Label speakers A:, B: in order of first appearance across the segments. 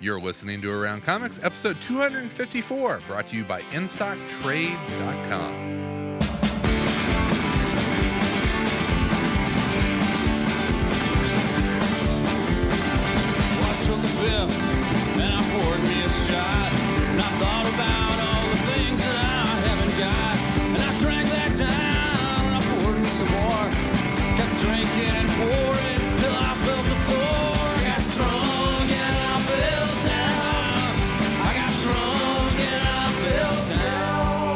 A: You're listening to Around Comics, episode 254, brought to you by InStockTrades.com.
B: Watch from the fifth, and I poured me a shot. And I thought about all the things that I haven't got. And I drank that down, and I poured me some more. Kept drinking and pouring till I felt the floor. Got drunk and I fell down. I got drunk and I fell down.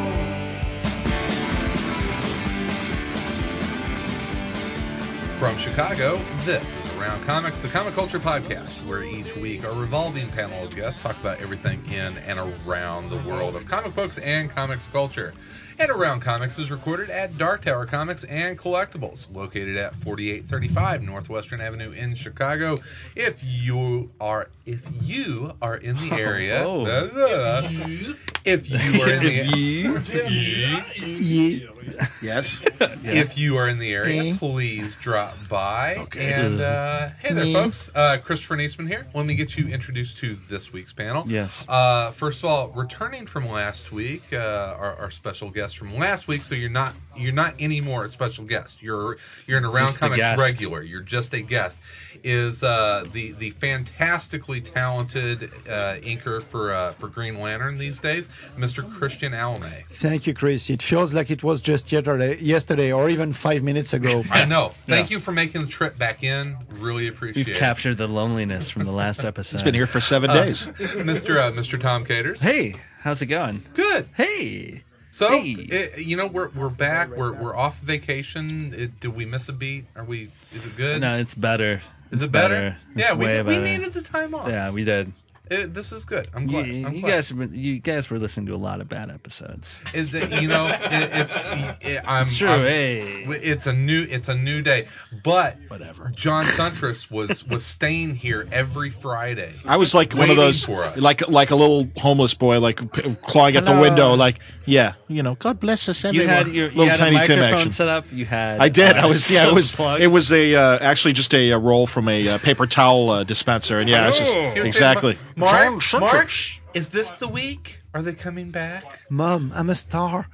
A: From Chicago, this is Around Comics, the comic culture podcast, where each week our revolving panel of guests talk about everything in and around the world of comic books and comics culture. And Around Comics is recorded at Dark Tower Comics and Collectibles, located at 4835 Northwestern Avenue in Chicago. If you are if you are in the area,
C: Oh.
A: da, da, da. if you are in the
D: Yes.
A: If you are in the area, please drop by.
C: Mm.
A: And uh, hey there, folks. Uh, Christopher Neesman here. Let me get you introduced to this week's panel.
C: Yes.
A: Uh, first of all, returning from last week, uh, our, our special guest from last week. So you're not you're not anymore a special guest. You're you're an around
C: Just a
A: comics
C: guest.
A: regular. You're just a guest. Is uh, the the fantastically talented uh, inker for uh, for Green Lantern these days, Mr. Christian Alme.
E: Thank you, Chris. It feels like it was just yesterday, yesterday or even five minutes ago.
A: I know. Thank you for making the trip back in. Really appreciate
C: We've
A: it.
C: captured the loneliness from the last episode.
D: Been here for seven days.
A: Mr. Uh, Mr. Tom Caters.
C: Hey, how's it going?
A: Good.
C: Hey.
A: So,
C: Hey.
A: it, you know, we're we're back. We're we're off vacation. It, did we miss a beat? Are we? Is it good?
C: No, it's better.
A: Is
C: It's
A: it better?
C: It's
A: Yeah, we,
C: way
A: did, we
C: better.
A: needed the time off.
C: Yeah, we did.
A: It- this is good. I'm
C: You,
A: glad. I'm
C: you
A: glad.
C: guys, were- you guys were listening to a lot of bad episodes.
A: is that you know? It, it's it, I'm
C: It's true.
A: I'm-
C: hey.
A: It's a new it's a new day, but
C: Whatever.
A: John Suntress was was staying here every Friday.
D: I was like one
A: Waiting
D: of those,
A: for us.
D: like like a little homeless boy, like p- clawing at the
C: Hello.
D: window, like yeah, you know, God bless us
C: you
D: everyone.
C: had your
D: little
C: you had
D: tiny
C: a
D: Tim
C: microphone
D: action.
C: set up. You had.
D: I did.
C: all
D: I was yeah. It was
C: Plug.
D: it was a uh, actually just a, uh roll from a uh, paper towel uh, dispenser, and yeah, it's just
A: He would say,
D: exactly.
A: Mark, Mark, is this the week? Are they coming back?
E: Mom, I'm a star.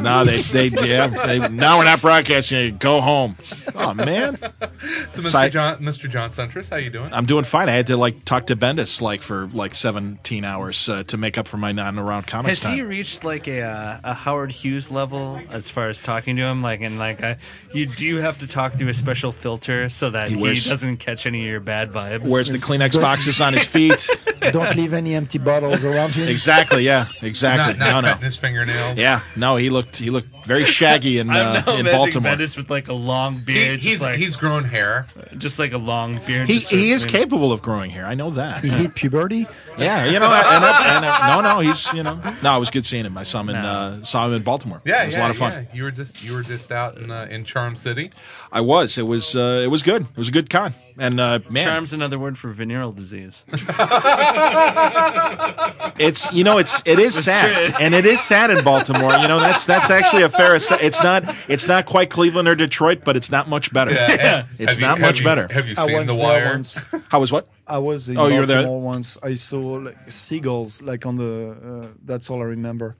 D: No, they they yeah. They, now we're not broadcasting. it. Go home. Oh man,
A: So, Mr.
D: Sorry.
A: John, Mr. John Suntress, how you doing?
D: I'm doing fine. I had to like talk to Bendis like for like 17 hours uh, to make up for my non-around comics
C: Has
D: time.
C: he reached like a uh, a Howard Hughes level as far as talking to him? Like, and like, I, you do have to talk through a special filter so that he,
D: wears-
C: doesn't catch any of your bad vibes.
D: Where's the Kleenex boxes on his feet?
E: Don't leave any empty bottles around here.
D: exactly. Yeah. Exactly.
A: not not
D: no.
A: cutting
D: No.
A: his fingernails.
D: Yeah. No. He looked. He looked very shaggy in
C: I'm
D: uh,
C: now
D: in
C: imagining
D: Baltimore.
C: Bendis with like a long
A: He,
C: beard.
A: he's
C: just, like,
A: he's grown hair.
C: just like a long beard.
D: He
C: just sort of
D: he is
C: swinging.
D: capable of growing hair. I know that.
E: He hit puberty.
D: Yeah. You know. And, and, and, no. No. He's. You know. No. It was good seeing him. I saw him in uh, saw him in Baltimore.
A: Yeah,
D: It was
A: yeah,
D: a lot of fun.
A: yeah. You were just you were just out in uh, in Charm City.
D: I was. It was. Uh, it was good. It was a good con. And uh, man,
C: Charm's another word for venereal disease.
D: It's you know it's it is sad and it is sad in Baltimore. You know that's that's actually a fair. ass- It's not it's not quite Cleveland or Detroit, but it's not much better.
A: Yeah, Uh, and
D: It's
A: have you-
D: not
A: have
D: much
A: you-
D: better.
A: Have you
E: I
A: seen
E: was
A: The
E: there
A: Wire?
E: once.
D: How was what?
E: I was in
D: Oh, you were there?
E: Baltimore once. I saw like, seagulls like on the. Uh, that's all I remember.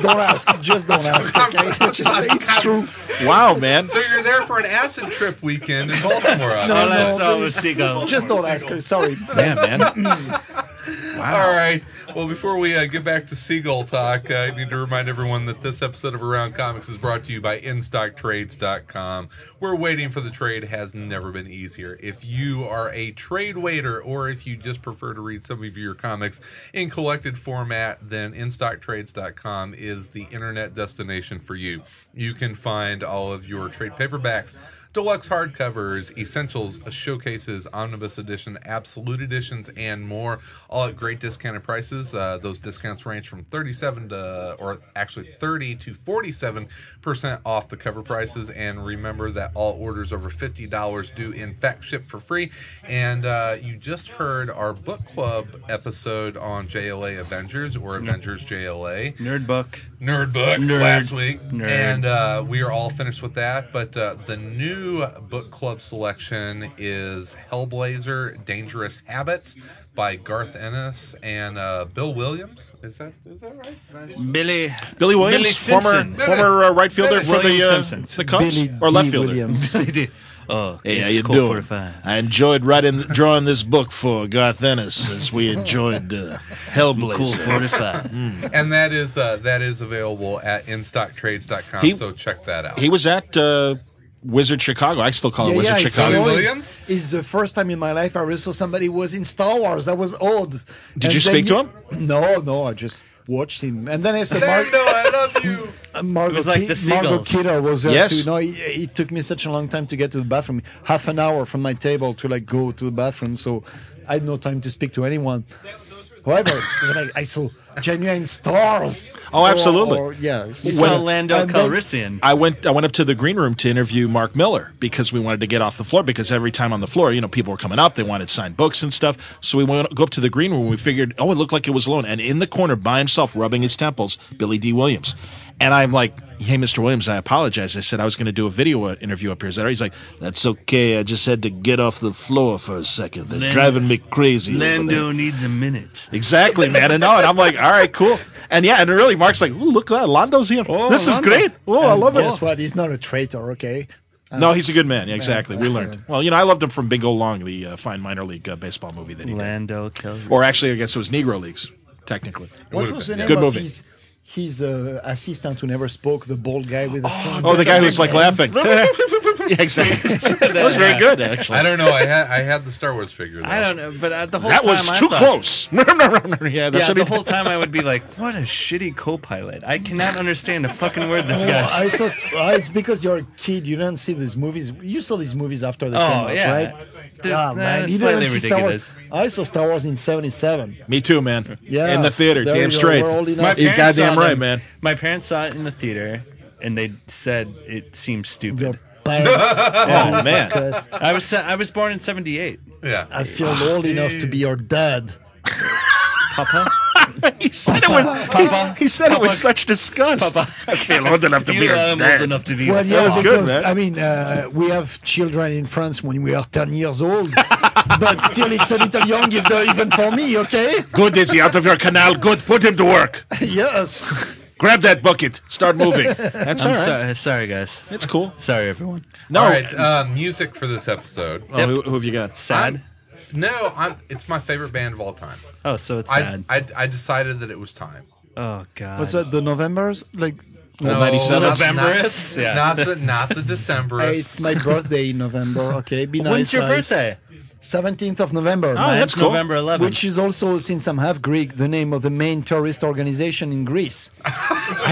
E: don't ask. Just don't ask. Okay? Just- it's true.
D: Wow, man.
A: So you're there for an acid trip weekend in Baltimore. I
E: No,
C: All
A: guess.
C: I
E: no,
C: saw
E: please.
C: was seagulls.
E: Just don't ask. Sorry.
D: Yeah, man.
A: All right. Well, before we uh, get back to Seagull Talk, uh, I need to remind everyone that this episode of Around Comics is brought to you by InStockTrades.com. We're waiting for the trade has never been easier. If you are a trade waiter or if you just prefer to read some of your comics in collected format, then InStockTrades.com is the internet destination for you. You can find all of your trade paperbacks deluxe hardcovers, essentials, showcases, omnibus edition, absolute editions, and more, all at great discounted prices prices. Uh, those discounts range from 37 to, or actually 30 to 47 percent off the cover prices. And remember that all orders over fifty dollars do in fact ship for free. And uh, you just heard our book club episode on JLA Avengers or Avengers JLA
C: Nerd book.
A: nerd book
C: Nerd.
A: last week,
C: Nerd.
A: and uh, we are all finished with that. But uh, the new book club selection is Hellblazer: Dangerous Habits by Garth Ennis and uh, Bill Williams. Is that is that right?
C: Billy.
D: Billy Williams,
C: Billy
D: former
C: Simpson.
D: former uh, right fielder
A: Billy
D: for the,
C: Williams
D: uh,
C: Simpson.
D: the Cubs or
E: D.
D: left fielder.
E: Williams.
C: Oh,
D: Hey, how
C: it's
D: you
C: Colt
D: doing?
C: 45.
D: I enjoyed writing, drawing this book for Garth Ennis, as we enjoyed uh, Hellblazer.
C: Cool Hmm. 45.
A: And that is uh, that is available at InStockTrades.com.
D: He-
A: so check that out.
D: He was at uh, Wizard Chicago. I still call Oh, it Wizard
E: I
D: Chicago.
E: saw it.
A: Williams?
E: It's the first time in my life I saw somebody who was in Star Wars. That was odd. Did
D: you speak to
E: him? No, no, I just watched him. And then I saw Mar-
A: Fernando, I love you.
E: uh, Margot,
C: It was like
E: Ki-
C: the seagulls.
E: Margot Kidder was there
D: Yes.
E: too. No, it, it took me such a long time to get to the bathroom. Half an hour from my table to like go to the bathroom. So I had no time to speak to anyone. However, like, I saw genuine stars.
D: Oh, absolutely.
E: Or, or- yeah.
C: You saw
D: When-
C: Lando
E: and then-
C: Calrissian.
D: I went. I went up to the green room to interview Mark Miller because we wanted to get off the floor. Because every time on the floor, you know, people were coming up. They wanted signed books and stuff. So we went go up to the green room. We figured, oh, it looked like it was alone. And in the corner, by himself, rubbing his temples, Billy D. Williams. And I'm like, hey, Mr. Williams, I apologize. I said I was going to do a video interview up here. Is that all right? He's like, that's okay. I just had to get off the floor for a second. They're
C: Lando-
D: driving me crazy. over there."
C: Lando needs a minute.
D: Exactly, man. And no, and I'm like, all right, cool. And yeah, and really, Mark's like, ooh, look at that. Lando's here. this is
C: Lando.
D: great. Oh, I love
E: Guess
D: it.
E: what? He's not a traitor, okay?
D: No, he's a good man. Yeah, exactly. We learned. Well, you know, I loved him from Bingo Long, the uh, fine minor league uh, baseball movie that he did.
C: Lando Calrissian.
D: Or actually, I guess it was Negro Leagues, technically.
E: What
A: would've
E: was the
A: been,
E: name
D: Good
E: of
D: movie.
E: his, his uh, assistant who never spoke, the bald guy with the front?
D: Oh, the guy who's like laughing. yeah, exactly. that was very good, actually.
A: I don't know. I had I had the Star Wars figure. Though.
C: I don't know, but uh, the whole
D: That
C: time
D: was
C: I
D: too
C: thought-
D: close. yeah, that's
C: Yeah,
D: what he
C: the
D: did.
C: whole time I would be like, "What a shitty co-pilot! I cannot understand a fucking word this guy
E: Oh, I
C: says."
E: thought ah, it's because you're a kid. You don't see these movies. You saw these movies after they
C: Oh,
E: came out,
C: yeah.
E: right?
C: They're-
E: Ah,
C: they're
E: man, you
C: slightly
E: didn't see Star Wars.
C: ridiculous.
E: I saw Star Wars in '77.
D: Me too, man.
E: Yeah,
D: In the theater,
E: there you
D: damn
E: go,
D: straight.
E: we're old enough.
D: My
E: My
D: You're
C: parents
D: goddamn
C: saw
D: right,
C: them-
D: man.
C: My parents saw it in the theater, and they said it seemed
E: Your
C: stupid.
E: parents,
D: Oh, man.
E: because
C: I was I was born in '78.
A: Yeah.
E: I feel old enough to be your dad.
C: Papa,
D: He said it with,
C: Papa.
D: he said it with
C: Papa.
D: such disgust.
C: Papa.
D: I feel old enough to be
C: you
D: your
C: are
D: dad.
C: old enough to be.
E: Well, yeah,
D: was good,
E: because
D: man.
E: I mean, uh, we have children in France when we are 10 years old, but still, it's a little young, if they're even for me. Okay,
D: Good, is he out of your canal? Good, put him to work.
E: yes.
D: Grab that bucket. Start moving. That's all
C: I'm
D: right.
C: "Oh, sorry, sorry, guys.
D: It's cool.
C: Sorry, everyone.
D: No,
A: All right. Uh, music for this episode.
D: Oh, who, who have you got?
C: Sad.
A: I'm- no, I'm, it's my favorite band of all time.
C: oh, so it's
A: I,
C: sad.
A: I, I decided that it was time.
C: oh God.
E: What's that? The November's like.
D: Old 97?
A: not-
C: Novemberist?
A: Not,
C: Yeah.
A: not the not the Decemberist.
E: it's my birthday in November. Okay, be nice.
C: When's your
E: guys.
C: birthday?
E: 17th of November.
D: Oh,
E: man.
D: that's cool.
C: November 11th.
E: Which is also, since I'm half Greek, the name of the main terrorist organization in Greece.
D: I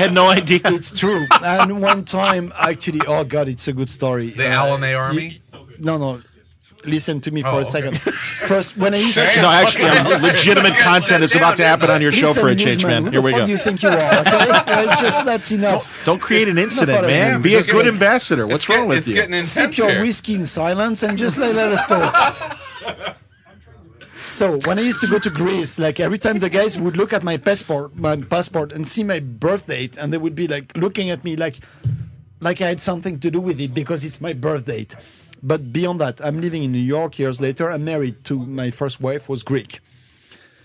D: had no idea.
E: It's true. and one time, actually, oh God, it's a good story. Uh,
A: the Alame Army.
E: No, no. Listen to me for
A: Oh,
E: a second. First, when I used to.
D: No, actually, I'm- legitimate content is about to happen on your show
E: Listen,
D: for a change,
E: newsman,
D: man.
E: who
D: Here
E: the
D: we
E: fuck do
D: go.
E: you think you are? Okay? Like, just that's enough.
D: Don't create an
E: Enough
D: incident,
E: out of
D: man.
E: you.
D: Be a
E: Just
D: good
E: kidding.
D: ambassador. What's
A: It's
D: wrong
A: get-
D: with
A: it's
D: you?
A: getting intense
E: Sip your
A: here.
E: whiskey in silence and just let, let us talk. So when I used to go to Greece, like every time the guys would look at my passport, my passport, and see my birth date, and they would be like looking at me like, like I had something to do with it because it's my birth date. But beyond that, I'm living in New York years later. I'm married to my first wife, was Greek.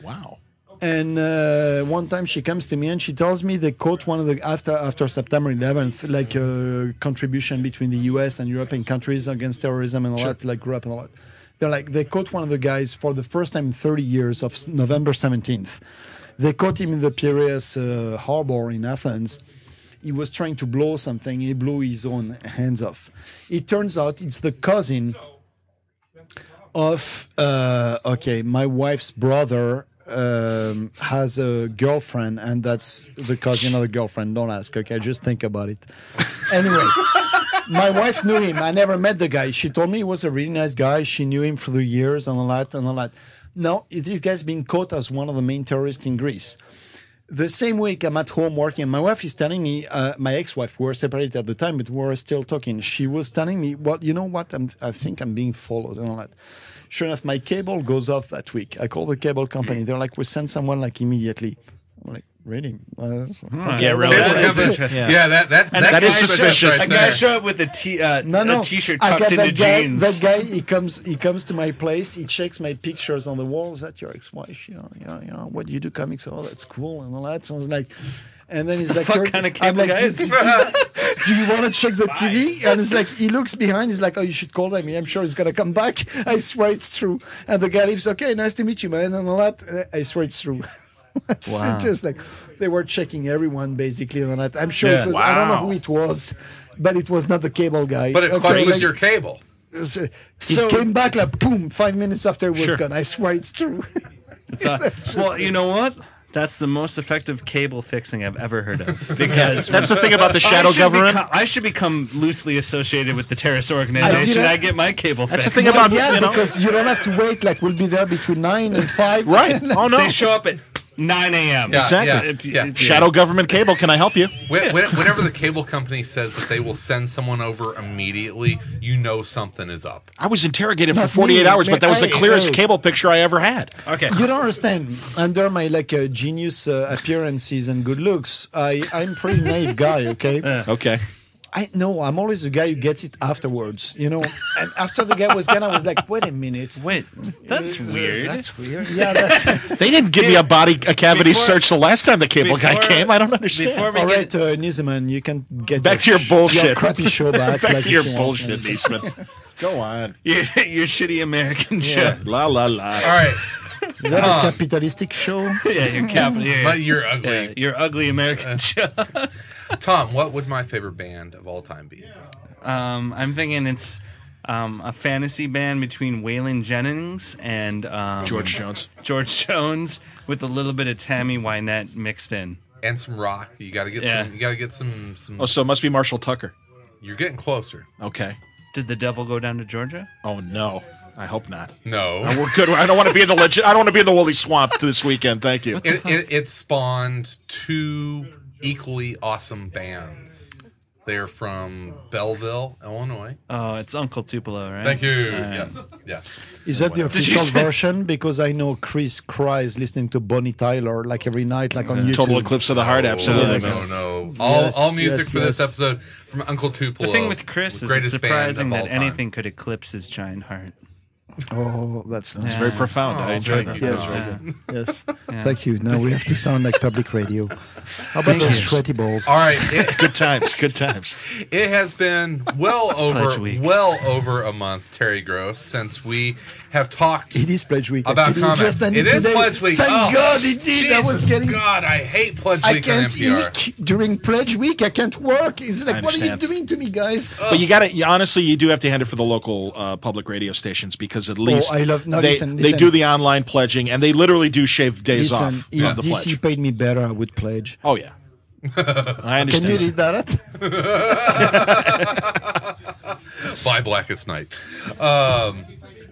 D: Wow.
E: And uh, one time she comes to me and she tells me they caught one of the after after September 11th, like a contribution between the U.S. and European countries against terrorism and all that, like Europe and all that. They're like they caught one of the guys for the first time in 30 years of s- November 17th. They caught him in the Piraeus uh, harbor in Athens he was trying to blow something. He blew his own hands off. It turns out it's the cousin of uh, okay, my wife's brother um, has a girlfriend, and that's the cousin of the girlfriend. Don't ask. Okay, just think about it. Anyway. My wife knew him. I never met the guy. She told me he was a really nice guy. She knew him for the years and all that and all that. Now this guy's been caught as one of the main terrorists in Greece. The same week, I'm at home working, and my wife is telling me, uh, my ex-wife, we were separated at the time, but we were still talking. She was telling me, "Well, you know what? I'm, I think I'm being followed and all that." Sure enough, my cable goes off that week. I call the cable company. They're like, "We send someone like immediately." I'm like, "Really?" Uh, okay.
D: Hmm. Yeah, really.
A: That
D: That
A: is-
D: is-
A: yeah. that that,
D: that
A: that's
D: is suspicious.
A: Right
F: A guy
A: there.
F: show up with a t uh,
E: No, no.
F: a t-shirt
E: I
F: tucked
E: got
F: into
E: that guy,
F: jeans.
E: That guy, he comes, he comes to my place. He checks my pictures on the wall. Is that your ex-wife? You know, you know, you know what do you do? Comics? Oh, that's cool and all that. So I was like, and then he's like,
F: fuck
E: "You're-"
F: kind of
E: I'm
F: cable
E: like,
F: guy
E: do,
F: is
E: do- do- do you want to check the TV? And it's like, he looks behind. He's like, oh, you should call them. I'm sure he's gonna come back. I swear it's true. And the guy leaves. Okay, nice to meet you, man, and all that. And I I swear it's true. It's
F: Wow.
E: just like they were checking everyone basically and all that. I'm sure
D: Yeah.
E: it was. I don't know who
D: Wow.
E: it was, but it was not the cable guy.
A: But it
E: Okay,
A: fucked with
E: like,
A: your cable.
E: so,
F: So-
E: it came back like boom, five minutes after it was
D: Sure.
E: gone. I swear it's true.
F: It's not- well, you know what? That's the most effective cable fixing I've ever heard of. Because
D: That's the thing about the
F: I
D: shadow
F: should
D: government.
F: beco- I should become loosely associated with the terrorist organization.
E: I-
F: I, get my cable
D: That's the
F: fixed.
D: thing about
E: yeah,
D: you know,
E: because you don't have to wait. Like we'll be there between nine and five.
D: right? Oh no,
F: They show up at 9 a.m.
A: Yeah,
D: Exactly.
A: Yeah,
F: If you-
A: yeah.
F: if you-
D: shadow government cable. Can I help you?
A: When, when, whenever the cable company says that they will send someone over immediately, you know something is up.
D: I was interrogated for
E: Not
D: 48
E: me.
D: hours, but that was the
E: Hey,
D: clearest
E: hey.
D: cable picture I ever had.
F: Okay.
E: You don't understand. Under my like uh, genius uh, appearances and good looks, I I'm pretty naive guy. Okay.
D: Okay.
E: I know I'm always the guy who gets it afterwards. You know. And after the guy was gone, I was like, wait a minute.
F: Wait, that's
D: Mm,
F: weird.
E: That's weird. Yeah, that's
D: They didn't give me a body a cavity
F: Before-
D: search the last time the cable guy
F: before-
D: came. I don't understand.
F: before we
E: all
F: get-
E: right, uh, Nizeman. You can get
D: Back to your
E: sh-
D: bullshit.
E: crappy show back.
D: Back
E: like,
D: to
E: if
D: your
E: you want.
D: bullshit, Eastman. Go on.
F: your, your shitty American
D: Yeah. La la
A: All
D: la.
A: right,
E: Is that
A: Tom.
E: a capitalistic show?
F: show. Yeah, your cap. Yeah,
A: but you're ugly.
F: yeah, your ugly
D: Uh.
F: American show.
A: Tom, what would my favorite band of all time be?
F: Um, I'm thinking it's um, a fantasy band between Waylon Jennings and um,
D: George Jones.
F: George Jones with a little bit of Tammy Wynette mixed in.
A: And some rock. You got to get.
F: Yeah.
A: Some, you got to get some. Some.
D: Oh, so it must be Marshall Tucker.
A: You're getting closer.
D: Okay.
F: Did the devil go down to Georgia?
D: Oh no. I hope not.
A: No.
D: We're good. I don't want to be in the legit. I don't want to be in the woolly swamp this weekend. Thank you.
A: it, it, it spawned two equally awesome bands. They're from Belleville, Illinois.
F: Oh, it's Uncle Tupelo, right?
A: Thank you. Yes, yes.
E: Is that the
F: you
E: official
F: say-
E: version? Because I know Chris cries listening to Bonnie Tyler like every night, like on YouTube.
D: Total Eclipse of the Heart. Absolutely.
A: Oh, No,
F: Yes.
D: man.
A: no, no. All,
E: Yes,
A: all music
E: yes,
A: for this
E: yes.
A: episode from Uncle Tupelo.
F: The thing with Chris is it's
A: greatest band of
F: surprising
A: all
F: that
A: time.
F: anything could eclipse his giant heart.
E: Oh, that's nice.
D: Very profound.
F: Oh,
D: I enjoyed
A: thank you,
D: that. That
E: Yes,
D: was
A: Tom.
D: very good.
E: yes. Thank you. Now we have to sound like public radio. How about those sweaty balls?
A: All right, it,
D: Good times. Good times.
A: it has been well
F: Pledge
A: over
F: Week.
A: well over a month, Terry Gross, since we have talked
E: It is Pledge Week.
A: about
E: actually. You
A: comics.
E: just ended
A: it is
E: today.
A: Pledge Week.
E: Thank
A: Oh,
E: God it did. I was
A: Jesus
E: getting.
A: God, I hate Pledge
E: I
A: Week
E: can't
A: on NPR.
E: eat during Pledge Week. I can't work. It's like,
D: I
E: what are you
D: understand.
E: doing to me, guys?
F: Oh.
D: But you got to honestly, you do have to hand it for the local uh, public radio stations because at least
E: Oh, I love- no,
D: they
E: listen,
D: they
E: listen.
D: do the online pledging and they literally do shave days
E: Listen,
D: off
E: if
D: of the
E: DC
D: pledge.
E: paid me better, I would pledge.
D: Oh yeah, I
E: Can you
D: understand.
E: read that?
A: by Blackest Night. Um,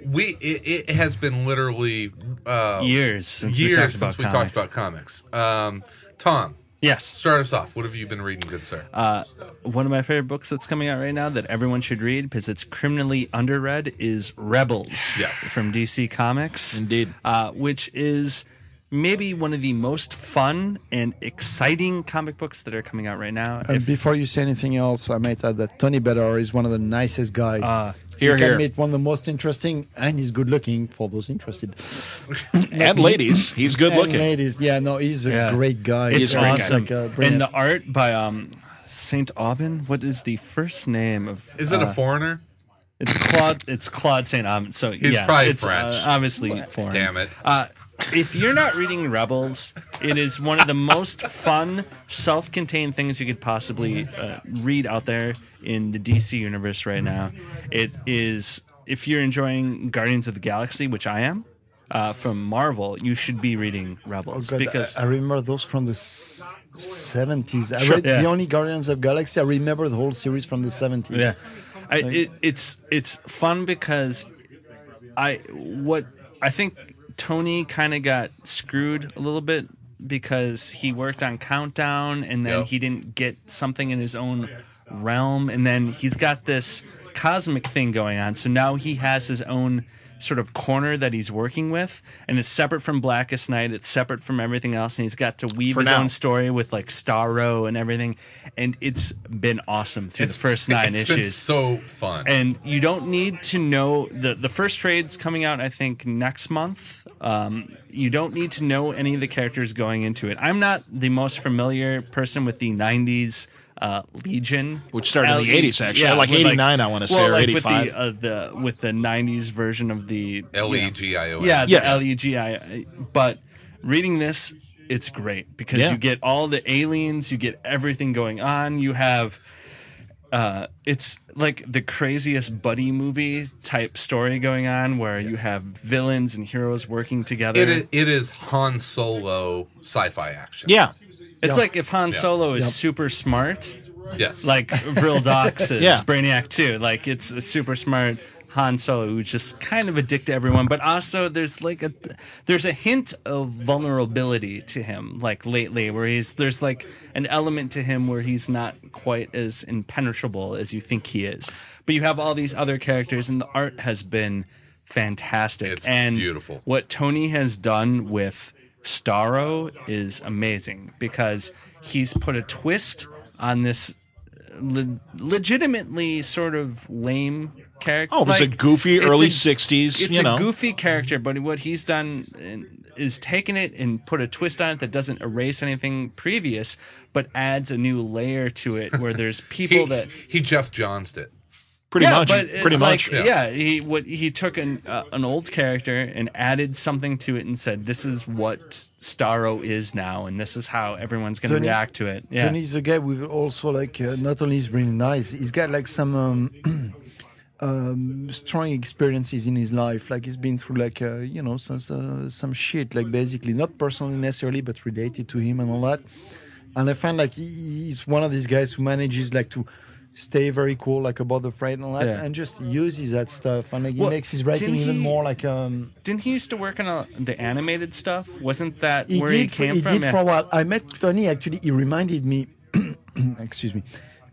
A: we it, it has been literally uh,
F: Years since we
A: years
F: talked
A: since
F: about
A: we
F: comics.
A: talked about comics. Um, Tom,
F: Yes.
A: start us off. What have you been reading, good sir?
F: Uh, one of my favorite books that's coming out right now that everyone should read because it's criminally underread is Rebels.
A: Yes.
F: From DC Comics.
D: Indeed.
F: Uh, which is maybe one of the most fun and exciting comic books that are coming out right now.
E: And
F: If-
E: before you say anything else, I might add that Tony Bedar is one of the nicest guy. Uh,
D: Here,
E: can
D: here.
E: meet one of the most interesting, and he's good looking for those interested.
D: and ladies, he's good
E: And
D: looking.
E: ladies, yeah, no, he's a
F: Yeah.
E: great guy.
F: It's
D: a great guy.
F: awesome.
E: Like, uh,
F: and
E: brilliant.
F: the art by um, Saint Aubin. What is the first name of?
A: Is it a foreigner?
F: It's Claude. It's Claude Saint Aubin. So
A: He's
F: yes,
A: probably
F: it's,
A: French.
F: Uh, obviously foreign.
A: Damn it!
F: Uh, if you're not reading Rebels, it is one of the most fun, self-contained things you could possibly uh, read out there in the DC universe right now. It is if you're enjoying Guardians of the Galaxy, which I am, uh, from Marvel, you should be reading Rebels
A: Oh,
E: God,
F: because
E: uh, I, I remember those from the s- 70s. I
F: Sure.
E: read
F: Yeah.
E: the only Guardians of Galaxy. I remember the whole series from the 70s.
F: Yeah, I, it, it's it's fun because I what I think Tony kind of got screwed a little bit because he worked on Countdown and then
A: Yep.
F: he didn't get something in his own realm. And then he's got this cosmic thing going on. So now he has his own sort of corner that he's working with. And it's separate from Blackest Night, it's separate from everything else. And he's got to weave
D: For
F: his
D: now.
F: own story with like Starro and everything. And it's been awesome through the first nine
A: it's
F: issues
A: been so fun.
F: and you don't need to know the the first trade's coming out i think next month um, you don't need to know any of the characters going into it i'm not the most familiar person with the 90s uh, legion
D: Which started in the
F: LE
D: 80s, actually. Like
F: with,
D: 89, I wanna say,
F: well,
D: or
F: like
D: 85.
F: with the, uh, the with the 90s version of the
A: L E G I O N.
F: yeah, the E
D: Yes.
F: L-E-G-I. But reading this, it's great because
D: Yeah.
F: you get all the aliens, you get everything going on. You have, uh, it's like the craziest buddy movie type story going on where you have villains and heroes working together.
A: It is, it is Han Solo sci-fi action.
D: Yeah.
F: It's like if Han
A: Yeah.
F: Solo is
E: Yep.
F: super smart,
A: Yes.
F: like real Docs is
D: Yeah.
F: Brainiac too. Like it's a super smart Han Solo who's just kind of a dick to everyone, but also there's like a there's a hint of vulnerability to him, like lately, where he's there's like an element to him where he's not quite as impenetrable as you think he is. But you have all these other characters, and the art has been fantastic
A: It's
F: and
A: beautiful.
F: what Tony has done with Starro is amazing because he's put a twist on this le- legitimately sort of lame character.
D: Oh, it was a goofy
F: it's
D: early
F: a-
D: 60s,
F: It's
D: you
F: a
D: know.
F: goofy character, but what he's done in- is taken it and put a twist on it that doesn't erase anything previous, but adds a new layer to it where there's people
A: he,
F: that
A: he Jeff Johns it.
D: Pretty
F: yeah,
D: much.
F: but it-
D: pretty
F: like,
D: much.
A: Yeah.
F: Yeah. he what he took an uh, an old character and added something to it and said, "This is what Starro is now, and this is how everyone's going to
E: Tony-
F: react to it." Yeah,
E: Tony's a guy with also like uh, not only is really nice, he's got like some um, um, strong experiences in his life. Like he's been through like uh, you know some some some shit like basically not personally necessarily, but related to him and all that. And I find like he- he's one of these guys who manages like to stay very cool like about the fight and all that,
F: Yeah.
E: and just uses that stuff and like he
F: Well,
E: makes his writing
F: didn't
E: even
F: he-
E: more like um.
F: didn't he used to work on uh the animated stuff? Wasn't that
E: He
F: where
E: did.
F: he
E: for-
F: came
E: he
F: from?
E: did
F: Yeah.
E: for a while. I met Tony. Actually, he reminded me. excuse me.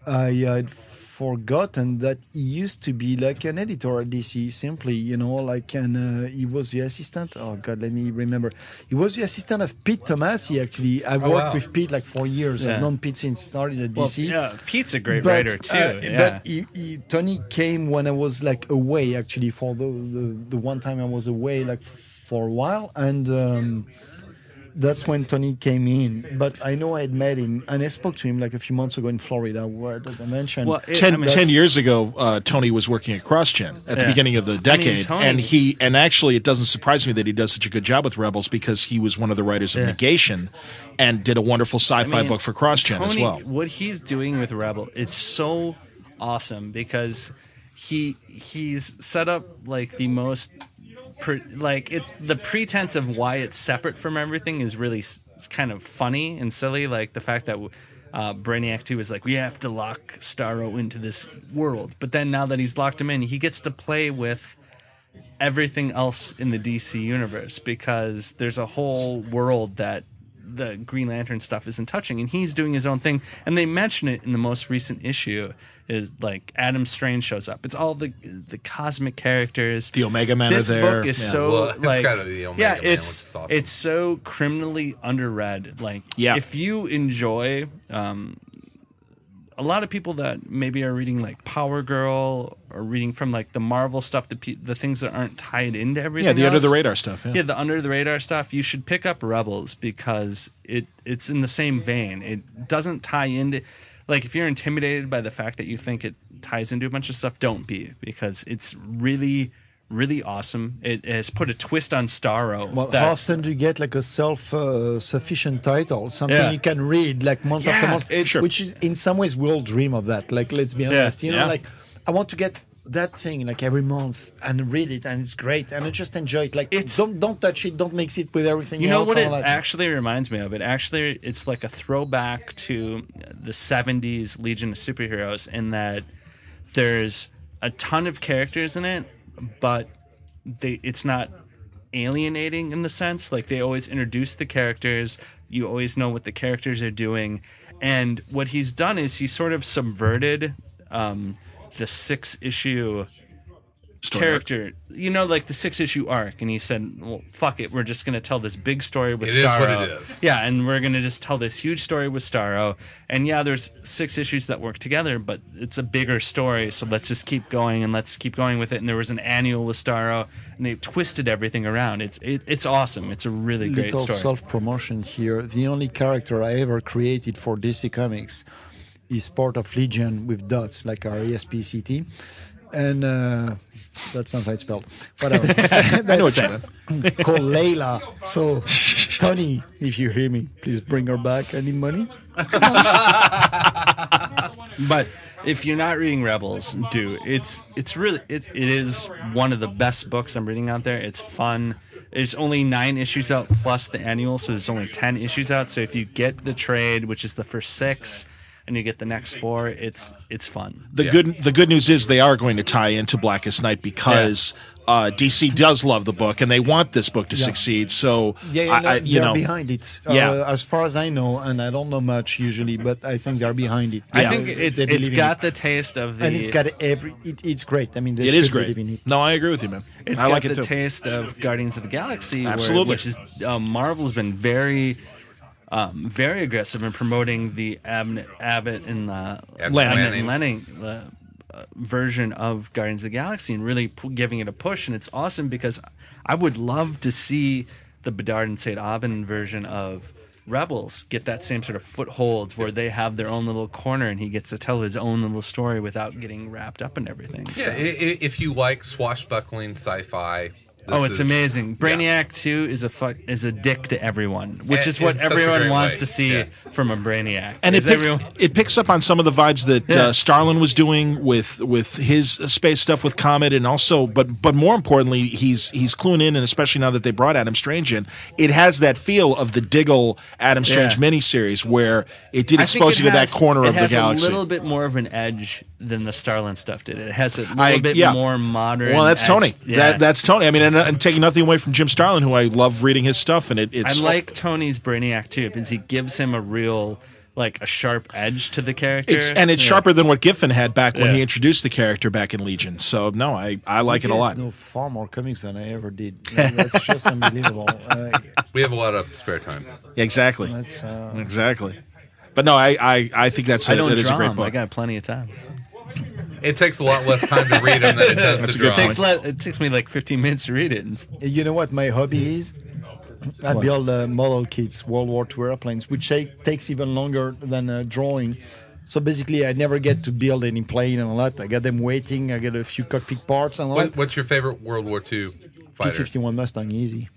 E: I had forgotten that he used to be like an editor at DC. Simply, you know, like and uh, he was the assistant. Oh God, let me remember. He was the assistant of Pete Tomasi. Actually, I
A: Oh,
E: worked
A: wow.
E: with Pete like for years.
F: Yeah.
E: I've known Pete since started at
F: Well,
E: DC.
F: yeah, Pete's a great writer too.
E: uh,
F: yeah.
E: But he, he, Tony came when I was like away actually for the, the the one time I was away like for a while and. Um, that's when Tony came in, but I know I had met him and I spoke to him like a few months ago in Florida, where at the convention.
F: Well, it-
D: Ten,
F: I mean,
D: ten
F: that's-
D: years ago, uh, Tony was working at CrossGen at the
F: Yeah.
D: beginning of the decade,
F: Tony-
D: and he and actually it doesn't surprise me that he does such a good job with Rebels because he was one of the writers of
F: Yeah.
D: Negation, and did a wonderful
F: I
D: sci-fi
F: mean,
D: book for CrossGen as
F: Tony-
D: well.
F: What he's doing with Rebel, it's so awesome because he he's set up like the most pre, like it the pretense of why it's separate from everything is really s- kind of funny and silly like the fact that uh, Brainiac 2 is like we have to lock Starro into this world but then now that he's locked him in he gets to play with everything else in the DC universe because there's a whole world that the Green Lantern stuff isn't touching, and he's doing his own thing. And they mention it in the most recent issue. Is like Adam Strange shows up. It's all the the cosmic characters.
D: The Omega Men
F: this
D: are there.
F: book is
D: Yeah.
F: so
A: Well, it's
F: like
A: gotta be the Omega
F: yeah,
A: Man, which
F: it's
A: is awesome.
F: it's so criminally underread. Like
D: Yeah.
F: if you enjoy um, a lot of people that maybe are reading like Power Girl or reading from like the Marvel stuff, the pe- the things that aren't tied into everything.
D: Yeah, the under the
F: else.
D: radar stuff. Yeah.
F: Yeah, the under the radar stuff. You should pick up Rebels because it it's in the same vein. It doesn't tie into like if you're intimidated by the fact that you think it ties into a bunch of stuff, don't be because it's really really awesome. It has put a twist on Starro.
E: Well, how
F: that's-
E: often do you get like a self-sufficient title, something
F: Yeah.
E: you can read like month after
F: Yeah,
E: month?
F: it's- Sure.
E: Which is, in some ways, we all dream of that. Like, let's be honest, you know,
D: yeah.
E: like I want to get that thing like every month and read it, and it's great, and I just enjoy it. Like,
F: It's-
E: don't don't touch it, don't mix it with everything.
F: You know
E: else
F: what
E: and
F: it
E: all that.
F: actually reminds me of? It actually it's like a throwback to the 70s Legion of Superheroes in that there's a ton of characters in it, but they it's not alienating in the sense like they always introduce the characters you always know what the characters are doing and what he's done is he sort of subverted um, the six issue
D: Story arc.
F: character you know like the six issue arc and he said well fuck it we're just going to tell this big story with
A: It is what
F: starro
A: it is.
F: yeah and we're going to just tell this huge story with starro and yeah there's six issues that work together but it's a bigger story so let's just keep going and let's keep going with it and there was an annual with starro and they've twisted everything around it's it, it's awesome it's a really great
E: little
F: story
E: self promotion here. The only character I ever created for DC Comics is part of Legion with dots, like our E ESPCT. And uh, that's not how it's spelled. Whatever. I
D: know what that is.
E: Called Layla. So, Tony, if you hear me, please bring her back. I need money.
F: but if you're not reading rebels do it's it's really it, it is one of the best books i'm reading out there it's fun there's only nine issues out plus the annual so there's only 10 issues out so if you get the trade which is the first six and you get the next four it's it's fun
D: The good the good news is they are going to tie into Blackest Night because uh, DC does love the book and they want this book to succeed. So I, I, you
E: they're
D: know,
E: behind it. uh,
D: Yeah.
E: as far as I know, and I don't know much usually, but I think they're behind it.
F: i
D: Yeah.
F: think
E: They
F: it's,
E: believe
F: it's
E: in
F: got
E: it.
F: the taste of the
E: and it's got every. It, it's great. I mean, they
D: it is
E: should
D: great.
E: believe in it.
D: No, I agree with you, man.
F: It's
D: I
F: got
D: like
F: the
D: it too.
F: taste of Guardians of the Galaxy, where-
D: Absolutely.
F: which is uh, Marvel's been very, um, very aggressive in promoting the Abnett, Abbott and uh, Abnett and Lenning uh, uh, version of Guardians of the Galaxy, and really p- giving it a push. And it's awesome because I would love to see the Bedard and Saint Aubin version of. Rebels get that same sort of foothold where they have their own little corner and he gets to tell his own little story without getting wrapped up in everything.
A: Yeah, i- i- if you like swashbuckling sci-fi, this
F: Oh, it's
A: is-
F: amazing! Brainiac Two is a fuck is a dick to everyone, which
A: In-
F: is what
A: in such a
F: everyone
A: great
F: wants
A: way.
F: to see
A: Yeah.
F: from a Brainiac.
D: and it,
F: is
D: pick,
F: everyone,
D: it picks up on some of the vibes that
F: Yeah.
D: uh, Starlin was doing with with his space stuff with Comet, and also, but but more importantly, he's he's cluing in, and especially now that they brought Adam Strange in, it has that feel of the Diggle Adam Strange
F: Yeah.
D: miniseries where it
F: I
D: did
F: think
D: expose
F: it
D: you to
F: has-
D: that corner
F: it
D: of the
F: has
D: galaxy.
F: a little bit more of an edge than the Starlin stuff did. It has a little
D: I-
F: bit
D: yeah.
F: more modern.
D: Well, that's
F: edge.
D: Tony.
F: Yeah.
D: That, that's Tony. I mean, and, and taking nothing away from Jim Starlin, who I love reading his stuff, and it,
F: I
D: it's
F: like Tony's Brainiac Two because he gives him a real like a sharp edge to the character.
D: It's, and it's
F: Yeah.
D: sharper than what Giffen had back when
F: Yeah.
D: he introduced the character back in Legion. So no, I, I like it a
E: guys
D: lot.
E: know far more comics than I ever did. That's just unbelievable. Uh,
A: We have a lot of spare time.
D: Exactly,
E: that's, uh,
D: exactly. But no, I, I, I think that's a,
F: I don't
D: that is a
F: draw
D: great
F: 'em.
D: book.
F: I got plenty of time.
A: It takes a lot less time to read them than it does
D: That's
A: to
D: a good
A: draw.
D: point.
F: Takes le- it takes me like 15 minutes to read it. and it's-
E: you know what my hobby
A: Hmm.
E: is? I build uh, model kits, World War II airplanes, which take, takes even longer than uh, drawing. So basically, I never get to build any plane and all that. I got them waiting. I get a few cockpit parts and all
A: What,
E: that.
A: what's your favorite World War II fighter?
E: P-51 Mustang, easy.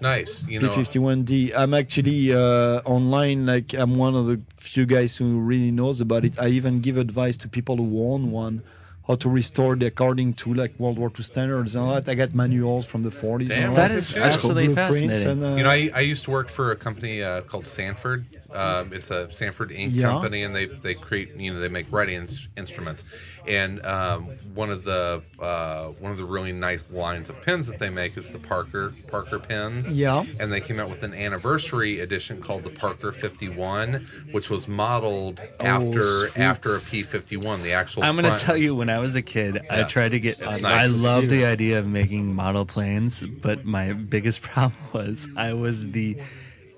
A: Nice. You know,
E: P51D. I'm actually uh, online. Like I'm one of the few guys who really knows about it. I even give advice to people who own one, how to restore it according to like World War II standards and all that. I got manuals from the 40s.
A: Damn,
E: and all
A: that
E: that
A: is
E: It's called
F: absolutely
E: blueprints
F: fascinating.
E: And, uh,
A: you know, I, I used to work for a company uh, called Sanford. Um, it's a Sanford Inc.
E: Yeah.
A: company, and they, they create you know they make writing ins- instruments. And um, one of the uh, one of the really nice lines of pens that they make is the Parker Parker pens.
E: Yeah.
A: And they came out with an anniversary edition called the Parker 51, which was modeled after
E: Oh, sweet.
A: after a P 51, the actual.
F: I'm going to
A: front.
F: tell you, when I was a kid, I
A: Yeah.
F: tried to get.
A: It's
F: I-
A: nice
F: I
A: to
F: love
E: see
F: the idea of making model planes, but my biggest problem was I was the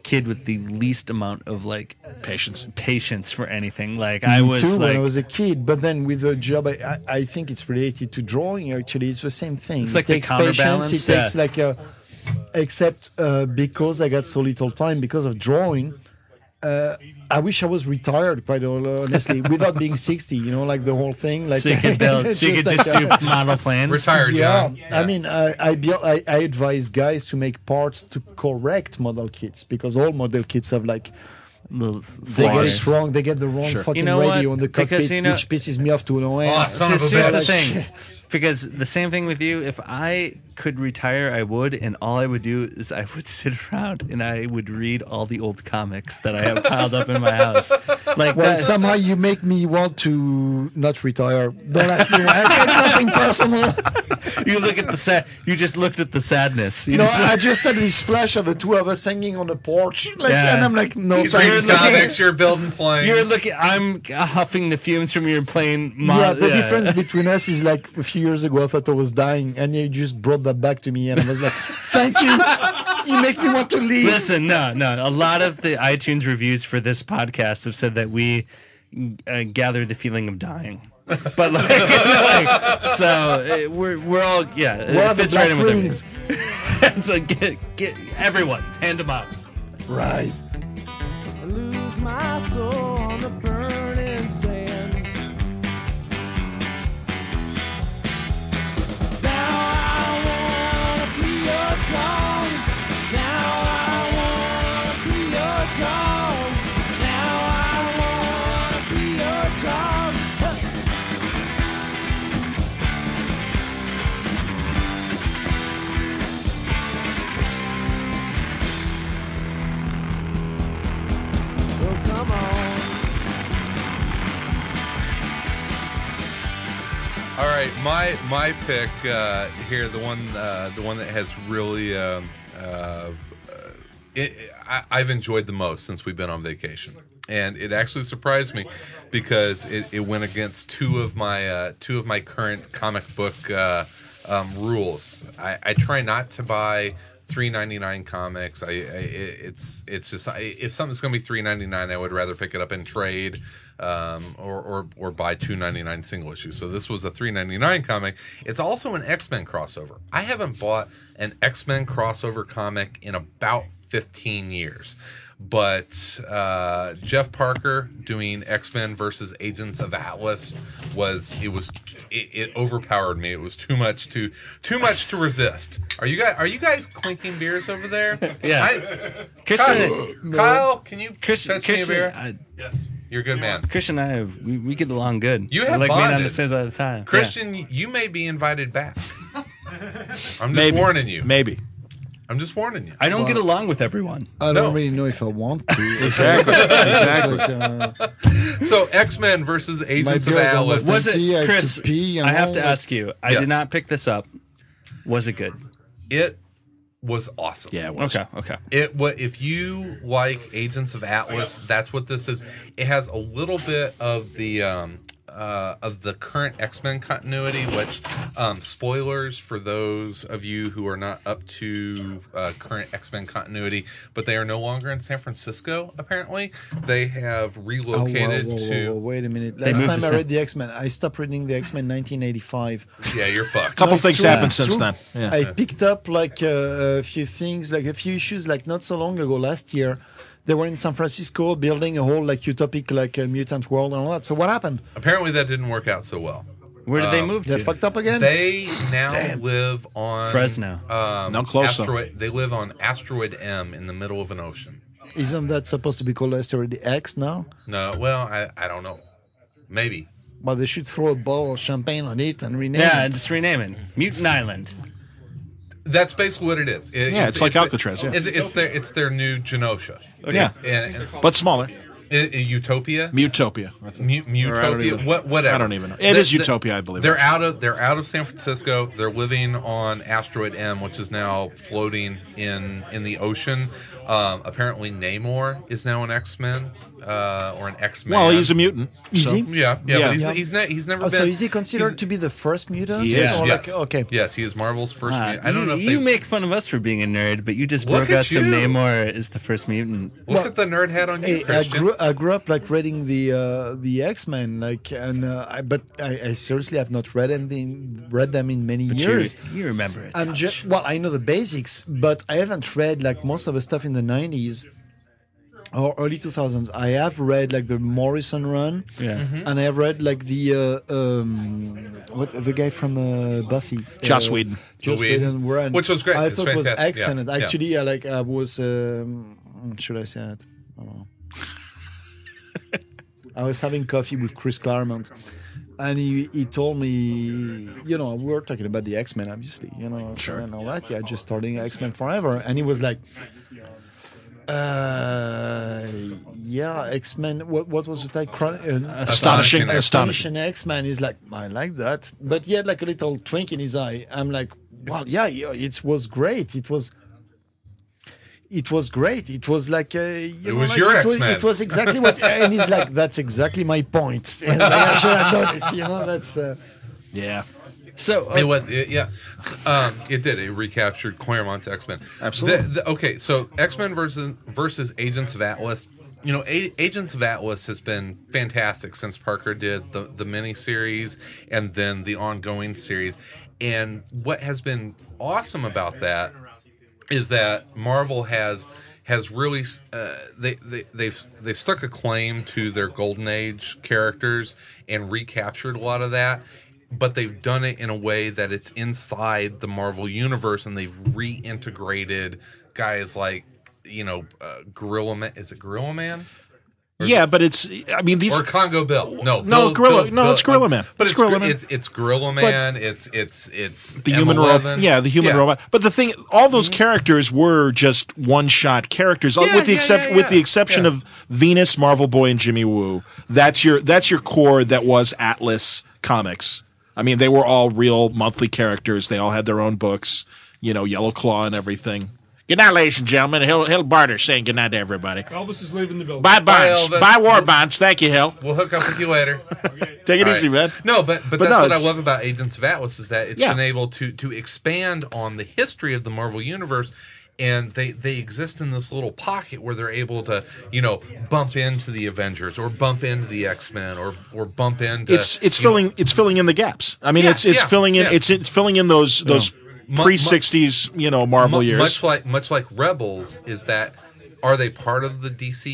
F: kid with the least amount of like
D: Patience.
F: patience for anything. Like I was
E: too
F: like,
E: when I was a kid, but then with the job, I, I, I think it's related to drawing. Actually, it's the same thing.
F: It's like the counterbalance,
E: It
F: yeah.
E: takes like a, except uh, because I got so little time because of drawing. Uh, I wish I was retired, quite honestly, without being sixty. You know, like the whole thing. Like
F: so you could build,
E: it's
F: so you could
E: like
F: just
E: a-
F: do model planes.
A: Retired
E: yeah.
A: young.
E: I mean, I I, build, I I advise guys to make parts to correct model kits because all model kits have like
F: Little
E: they get
F: sliders.
E: it wrong, they get the wrong fucking
F: You know what?
E: radio on the
F: Because,
E: cockpit,
F: you know-
E: which pisses me off to no end.
A: Oh, son of a
F: Because here's the
A: bitch.
F: thing. Because the same thing with you. If I could retire, I would, and all I would do is I would sit around and I would read all the old comics that I have piled up in my house. Like
E: Well,
F: that,
E: somehow you make me want to not retire. Don't ask me why. It's nothing personal.
F: you look at the sad. You just looked at the sadness. You
E: No,
F: just
E: I just had this flash of the two of us hanging on the porch, like,
F: Yeah.
E: and I'm like, no,
A: He's reading
E: thanks.
F: looking-
A: comics. You're building planes.
F: You're looking. I'm huffing the fumes from your plane. Mo-
E: yeah, the difference between us is like a few years ago, I thought I was dying, and you just brought that back to me, and I was like, thank you. You make me want to leave.
F: Listen, no, no. A lot of the iTunes reviews for this podcast have said that we uh, gather the feeling of dying. But like, like, so uh, we're we're all yeah.
E: We're
F: it
E: the
F: fits right
E: Black
F: in with
E: Rings.
F: everything. so get get everyone hand them out.
E: Rise.
G: I lose my soul on the burning sand. Now I wanna be your dog. Now I wanna be your dog. Now I wanna be your dog. Well, come on.
A: All right, my my pick uh, here, the one uh, the one that has really um, uh, it, I, I've enjoyed the most since we've been on vacation, and it actually surprised me because it, it went against two of my uh, two of my current comic book uh, um, rules. I, I try not to buy. Three ninety nine comics. I, I it- it's it's just I, if something's going to be three ninety nine, I would rather pick it up in trade, um, or or or buy two ninety nine single issue. So this was a three ninety nine comic. It's also an X Men crossover. I haven't bought an X Men crossover comic in about 15 years. But uh, Jeff Parker doing X Men versus Agents of Atlas was it was it, it overpowered me. It was too much to too much to resist. Are you guys are you guys clinking beers over there?
F: Yeah.
A: I- Kyle,
F: Christian,
A: Kyle, can you
F: Christian,
A: fetch me a
F: Christian,
A: beer?
F: I,
A: You're a good man.
F: Christian, and I have we, we get along good.
A: You
F: I
A: have
F: like being on the
A: bonded.
F: same side of the time.
A: Christian, you may be invited back. I'm just
D: Maybe.
A: warning you.
D: Maybe.
A: I'm just warning you.
F: I don't get along with everyone.
E: I
A: No.
E: don't really know if I want to.
D: Exactly. exactly.
E: Like, uh,
A: So X Men versus Agents of
E: beer's
A: Atlas.
E: almost
F: Was it
E: Tea, I have to
F: Chris?
E: pee and
F: I have
E: all
F: to
E: that.
F: ask you. I
A: Yes.
F: did not pick this up. Was it good?
A: It was awesome.
D: Yeah. It was.
F: Okay, okay.
A: It what if you like Agents of Atlas? That's what this is. It has a little bit of the um, uh, of the current X Men continuity. Which um, spoilers for those of you who are not up to uh, current X Men continuity, but they are no longer in San Francisco. Apparently, they have
E: Oh, whoa,
A: relocated
E: whoa, whoa,
A: to.
E: whoa, wait a minute. Last
F: moved
E: time
F: to
E: I
F: San-
E: read the X Men, I stopped reading the X Men 1985.
A: Yeah, you're fucked.
D: Couple
E: it's
D: things
E: true.
D: happened
E: It's
D: since
E: true.
D: then. Yeah.
E: I picked up like uh, a few things, like a few issues, like not so long ago, last year. They were in San Francisco building a whole like utopic like uh, mutant world and all that. So what happened?
A: Apparently, that didn't work out so well.
F: Where did they move
E: They
F: to?
E: fucked up again.
A: They now live on
F: Fresno.
A: Um,
D: No, close, though.
A: asteroid, They live on asteroid M in the middle of an ocean.
E: Isn't that supposed to be called asteroid X now?
A: No, well, I, I don't know. Maybe.
E: But they should throw a bottle of champagne on it and rename
F: yeah,
E: it.
F: just rename it. Mutant Island.
A: That's basically what it is. It-
D: Yeah, it's like Alcatraz, yeah.
A: It's, it's their it's their new Genosha.
D: Yeah.
A: It's- and- and-
D: But smaller.
A: i- i- Utopia.
D: Utopia.
A: Mu-
D: Or I don't
A: Utopia,
D: even-
A: what, whatever.
D: I don't even know. It
A: It is
D: is Utopia, I believe.
A: They're out of they're out of San Francisco. They're living on asteroid M, which is now floating in in the ocean. Um, apparently, Namor is now an X Men uh, or an X Man.
D: Well, he's a mutant.
E: Is
D: so-
E: he?
A: Yeah, yeah,
D: Yeah.
A: but he's
D: Yeah.
A: he's, ne- he's never
E: Oh,
A: been.
E: so is he considered
A: he's-
E: to be the first mutant?
D: He is.
E: Or like-
A: Yes.
E: okay.
A: Yes, he is Marvel's first.
F: Ah,
A: mutant. I don't
F: you,
A: know if
F: you
A: they,
F: make fun of us for being a nerd, but you just
A: Look
F: broke
A: at
F: out some
A: you.
F: Namor is the first mutant.
A: Look at the nerd hat on you,
E: Hey, I
A: Christian.
E: grew, I grew up like reading the uh, the X Men, like, and uh, I, but I, I seriously have not read anything, read them in many
F: You-
E: years.
F: You remember it.
E: I'm just well, I know the basics, but I haven't read like most of the stuff in the '90s or early 2000s. I have read like the Morrison run,
F: Yeah.
D: Mm-hmm.
F: Mhm.
E: and I have read like the uh, um, what the guy from uh, Buffy,
D: Joss
E: uh,
D: Whedon.
E: Joss
A: Whedon.
E: Whedon run,
A: Which was great.
E: I
A: It's
E: thought it was
A: fantastic. Yeah.
E: excellent.
A: Yeah.
E: Actually, I like I was um, should I say it? I don't know. I was having coffee with Chris Claremont, and he, he told me, you know, we were talking about the X Men, obviously, you know, and all that. Yeah, just starting X Men Forever, and he was like, Uh, yeah, X Men. What, what was the title? Chron- uh,
D: Astonishing.
A: Astonishing.
D: Astonishing.
E: X Man is like, I like that. But he had like a little twink in his eye. I'm like, wow, yeah, yeah, it was great. It was. It was great. It was like uh, you know,
A: was
E: like,
A: your
E: it was,
A: X-Men.
E: it was exactly what, and he's like, "That's exactly my point." And like, I should have done it. You know, that's uh,
D: Yeah.
F: So
A: It was, it- yeah, um, it did. It recaptured Claremont's X Men.
D: Absolutely.
A: okay, so X Men versus versus Agents of Atlas. You know, A- Agents of Atlas has been fantastic since Parker did the the miniseries and then the ongoing series. And what has been awesome about that is that Marvel has has really uh, they, they they've they've stuck a claim to their golden age characters and recaptured a lot of that but they've done it in a way that it's inside the Marvel universe and they've reintegrated guys like you know uh, Gorilla Man is it Gorilla Man
D: Yeah, but it's. I mean, these.
A: or Congo Bill no
D: No,
A: Bill's-
D: Gorilla-
A: Bill's-
D: no,
A: Bill-
D: it's Gorilla Man.
A: but
D: It's
A: it's
D: Gorilla
A: Gor-
D: Man.
A: it's, it's Gorilla Man it's it's it's
D: the human
A: M11.
D: robot. Yeah, the human robot. But the thing, all those characters were just one shot characters, uh,
A: Mm-hmm. Yeah,
D: with the
A: yeah,
D: except
A: yeah,
D: with the
A: yeah.
D: exception
A: Yeah.
D: of Venus, Marvel Boy, and Jimmy Woo. That's your that's your core. That was Atlas Comics. I mean, they were all real monthly characters. They all had their own books. You know, Yellow Claw and everything. Good night, ladies and gentlemen. Hill, Hill Barter saying good night to everybody.
H: Elvis is leaving the building.
D: Bye, Barnes.
A: Elvis.
D: Bye, War Bonds. Thank you, Hill.
A: we'll hook up with you later
D: Take it
A: All
D: easy,
A: right.
D: man.
A: No, but but,
D: But
A: that's
D: no,
A: what I
D: it's-
A: love about Agents of Atlas is that it's
D: Yeah.
A: been able to to expand on the history of the Marvel universe. And they, they exist in this little pocket where they're able to, you know, bump into the Avengers or bump into the X Men or or bump into uh,
D: it's it's
A: you know,
D: filling it's filling in the gaps. I mean,
A: Yeah,
D: it's it's
A: yeah,
D: filling in
A: yeah.
D: it's it's filling in those those
A: Mu-
D: pre sixties you know Marvel
A: mu-
D: years.
A: much like much like Rebels is that are they part of the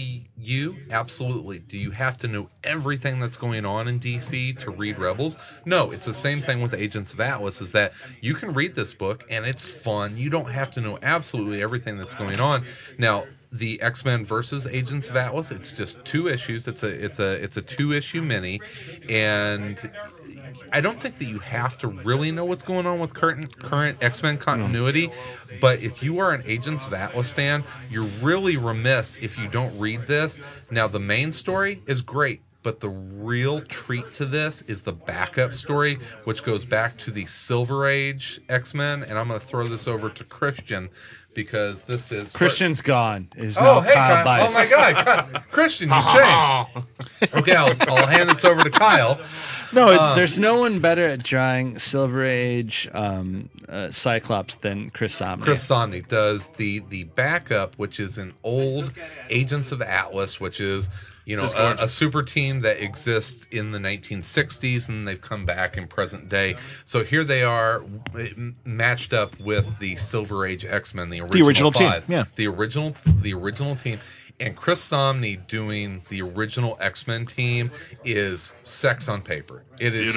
A: DCU? Absolutely. Do you have to know everything that's going on in DC to read Rebels? No, it's the same thing with Agents of Atlas is that you can read this book and it's fun. You don't have to know absolutely everything that's going on. Now, the X-Men versus Agents of Atlas, it's just two issues. It's a it's a it's a two-issue mini and I don't think that you have to really know what's going on with current current X Men continuity, but if you are an Agents of Atlas fan, you're really remiss if you don't read this. Now, the main story is great, but the real treat to this is the backup story, which goes back to the Silver Age X Men. And I'm going to throw this over to Christian because this is
F: Christian's gone. Is
A: Oh,
F: now
A: hey,
F: Kyle
A: Kyle.
F: Bice.
A: Oh, my God. Kyle- Christian, you changed. Okay, I'll, I'll hand this over to Kyle.
F: No, it's, there's no one better at drawing Silver Age um, uh, Cyclops than Chris Somney.
A: Chris Somney does the the backup, which is an old Agents of Atlas, which is you know a, a super team that exists in the 1960s, and they've come back in present day. So here they are eh, m- matched up with the Silver Age X Men, the original,
D: original team,
A: five.
D: yeah.
A: the original the original team. And Chris Somney doing the original X Men team is sex on paper. It is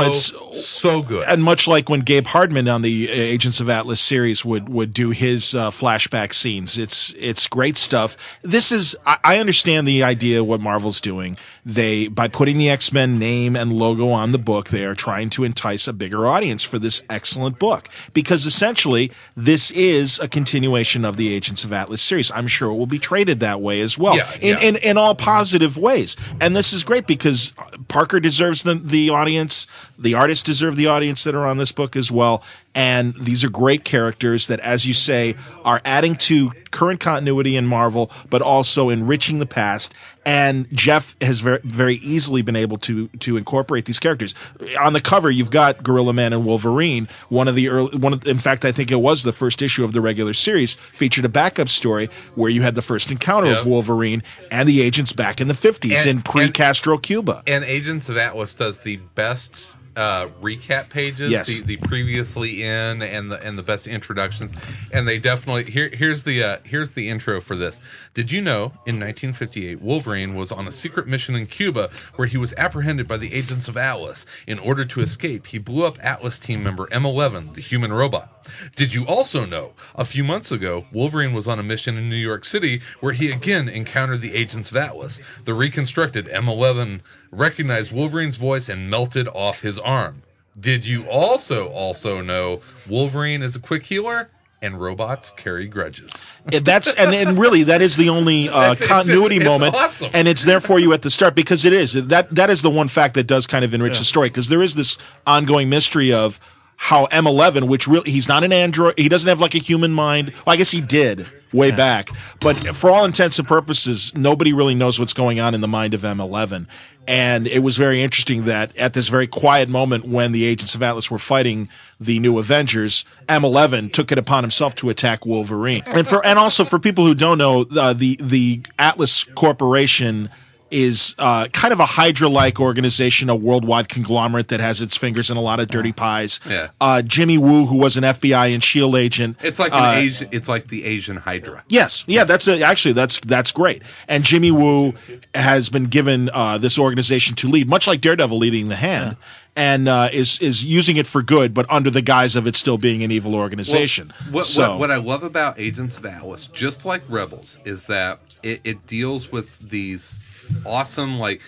A: so-
D: it's-
A: so good.
D: and much like when Gabe Hardman on the uh, Agents of Atlas series would would do his uh, flashback scenes, it's it's great stuff. This is I, I understand the idea of what Marvel's doing. They by putting the X Men name and logo on the book, they are trying to entice a bigger audience for this excellent book because essentially this is a continuation of the Agents of Atlas series. I'm sure it will be traded that way as well
A: Yeah,
D: in,
A: yeah.
D: in in all positive ways. And this is great because Parker deserves the, the audience. The artists deserve the audience that are on this book as well. And these are great characters that, as you say, are adding to current continuity in Marvel, but also enriching the past. And Jeff has very, very easily been able to to incorporate these characters. On the cover, you've got Gorilla Man and Wolverine. One of the early, one of, in fact, I think it was the first issue of the regular series featured a backup story where you had the first encounter of
A: Yep.
D: Wolverine. Wolverine and the agents back in the 50s
A: And-
D: in pre Castro Cuba.
A: and Agents of Atlas does the best uh, recap pages,
D: Yes.
A: the, the previously in and the and the best introductions, and they definitely here here's the uh, here's the intro for this. Did you know in 1958 Wolverine was on a secret mission in Cuba where he was apprehended by the Agents of Atlas. In order to escape, he blew up Atlas team member M11, the human robot. Did you also know a few months ago Wolverine was on a mission in New York City where he again encountered the Agents of Atlas. The reconstructed M11 recognized Wolverine's voice and melted off his arm. Did you also also know Wolverine is a quick healer? and robots carry grudges.
D: And that's and, and really that is the only uh,
A: It's- it's-
D: continuity
A: it's
D: moment,
A: awesome.
D: and it's there for you at the start because it is that that is the one fact that does kind of enrich the story because there is this ongoing mystery of how M11, which really he's not an android, he doesn't have like a human mind. Well, I guess he did way back, but for all intents and purposes, nobody really knows what's going on in the mind of M11. And it was very interesting that at this very quiet moment when the agents of Atlas were fighting the new Avengers, M11 took it upon himself to attack Wolverine. And for and also for people who don't know, uh, the the Atlas Corporation is uh, kind of a Hydra-like organization, a worldwide conglomerate that has its fingers in a lot of dirty pies.
A: Yeah.
D: Uh, Jimmy Woo, who was an FBI and Shield E agent,
A: It's like an
D: uh,
A: Asian. It's like the Asian Hydra.
D: Yes, yeah, that's a, actually that's that's great. And Jimmy Woo has been given uh, this organization to lead, much like Daredevil leading the Hand, and uh, is is using it for good, but under the guise of it still being an evil organization.
A: What, what,
D: so,
A: what, what I love about Agents of Alice, just like Rebels, is that it, it deals with these awesome, like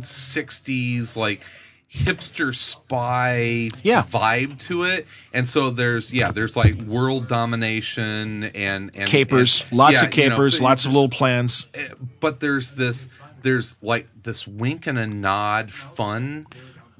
A: 1960s, like hipster spy
D: Yeah.
A: vibe to it. And so there's yeah, there's like world domination and and
D: capers,
A: and-
D: lots
A: yeah,
D: of
A: you know,
D: capers,
A: th-
D: lots of little plans.
A: but there's this there's like this wink and a nod fun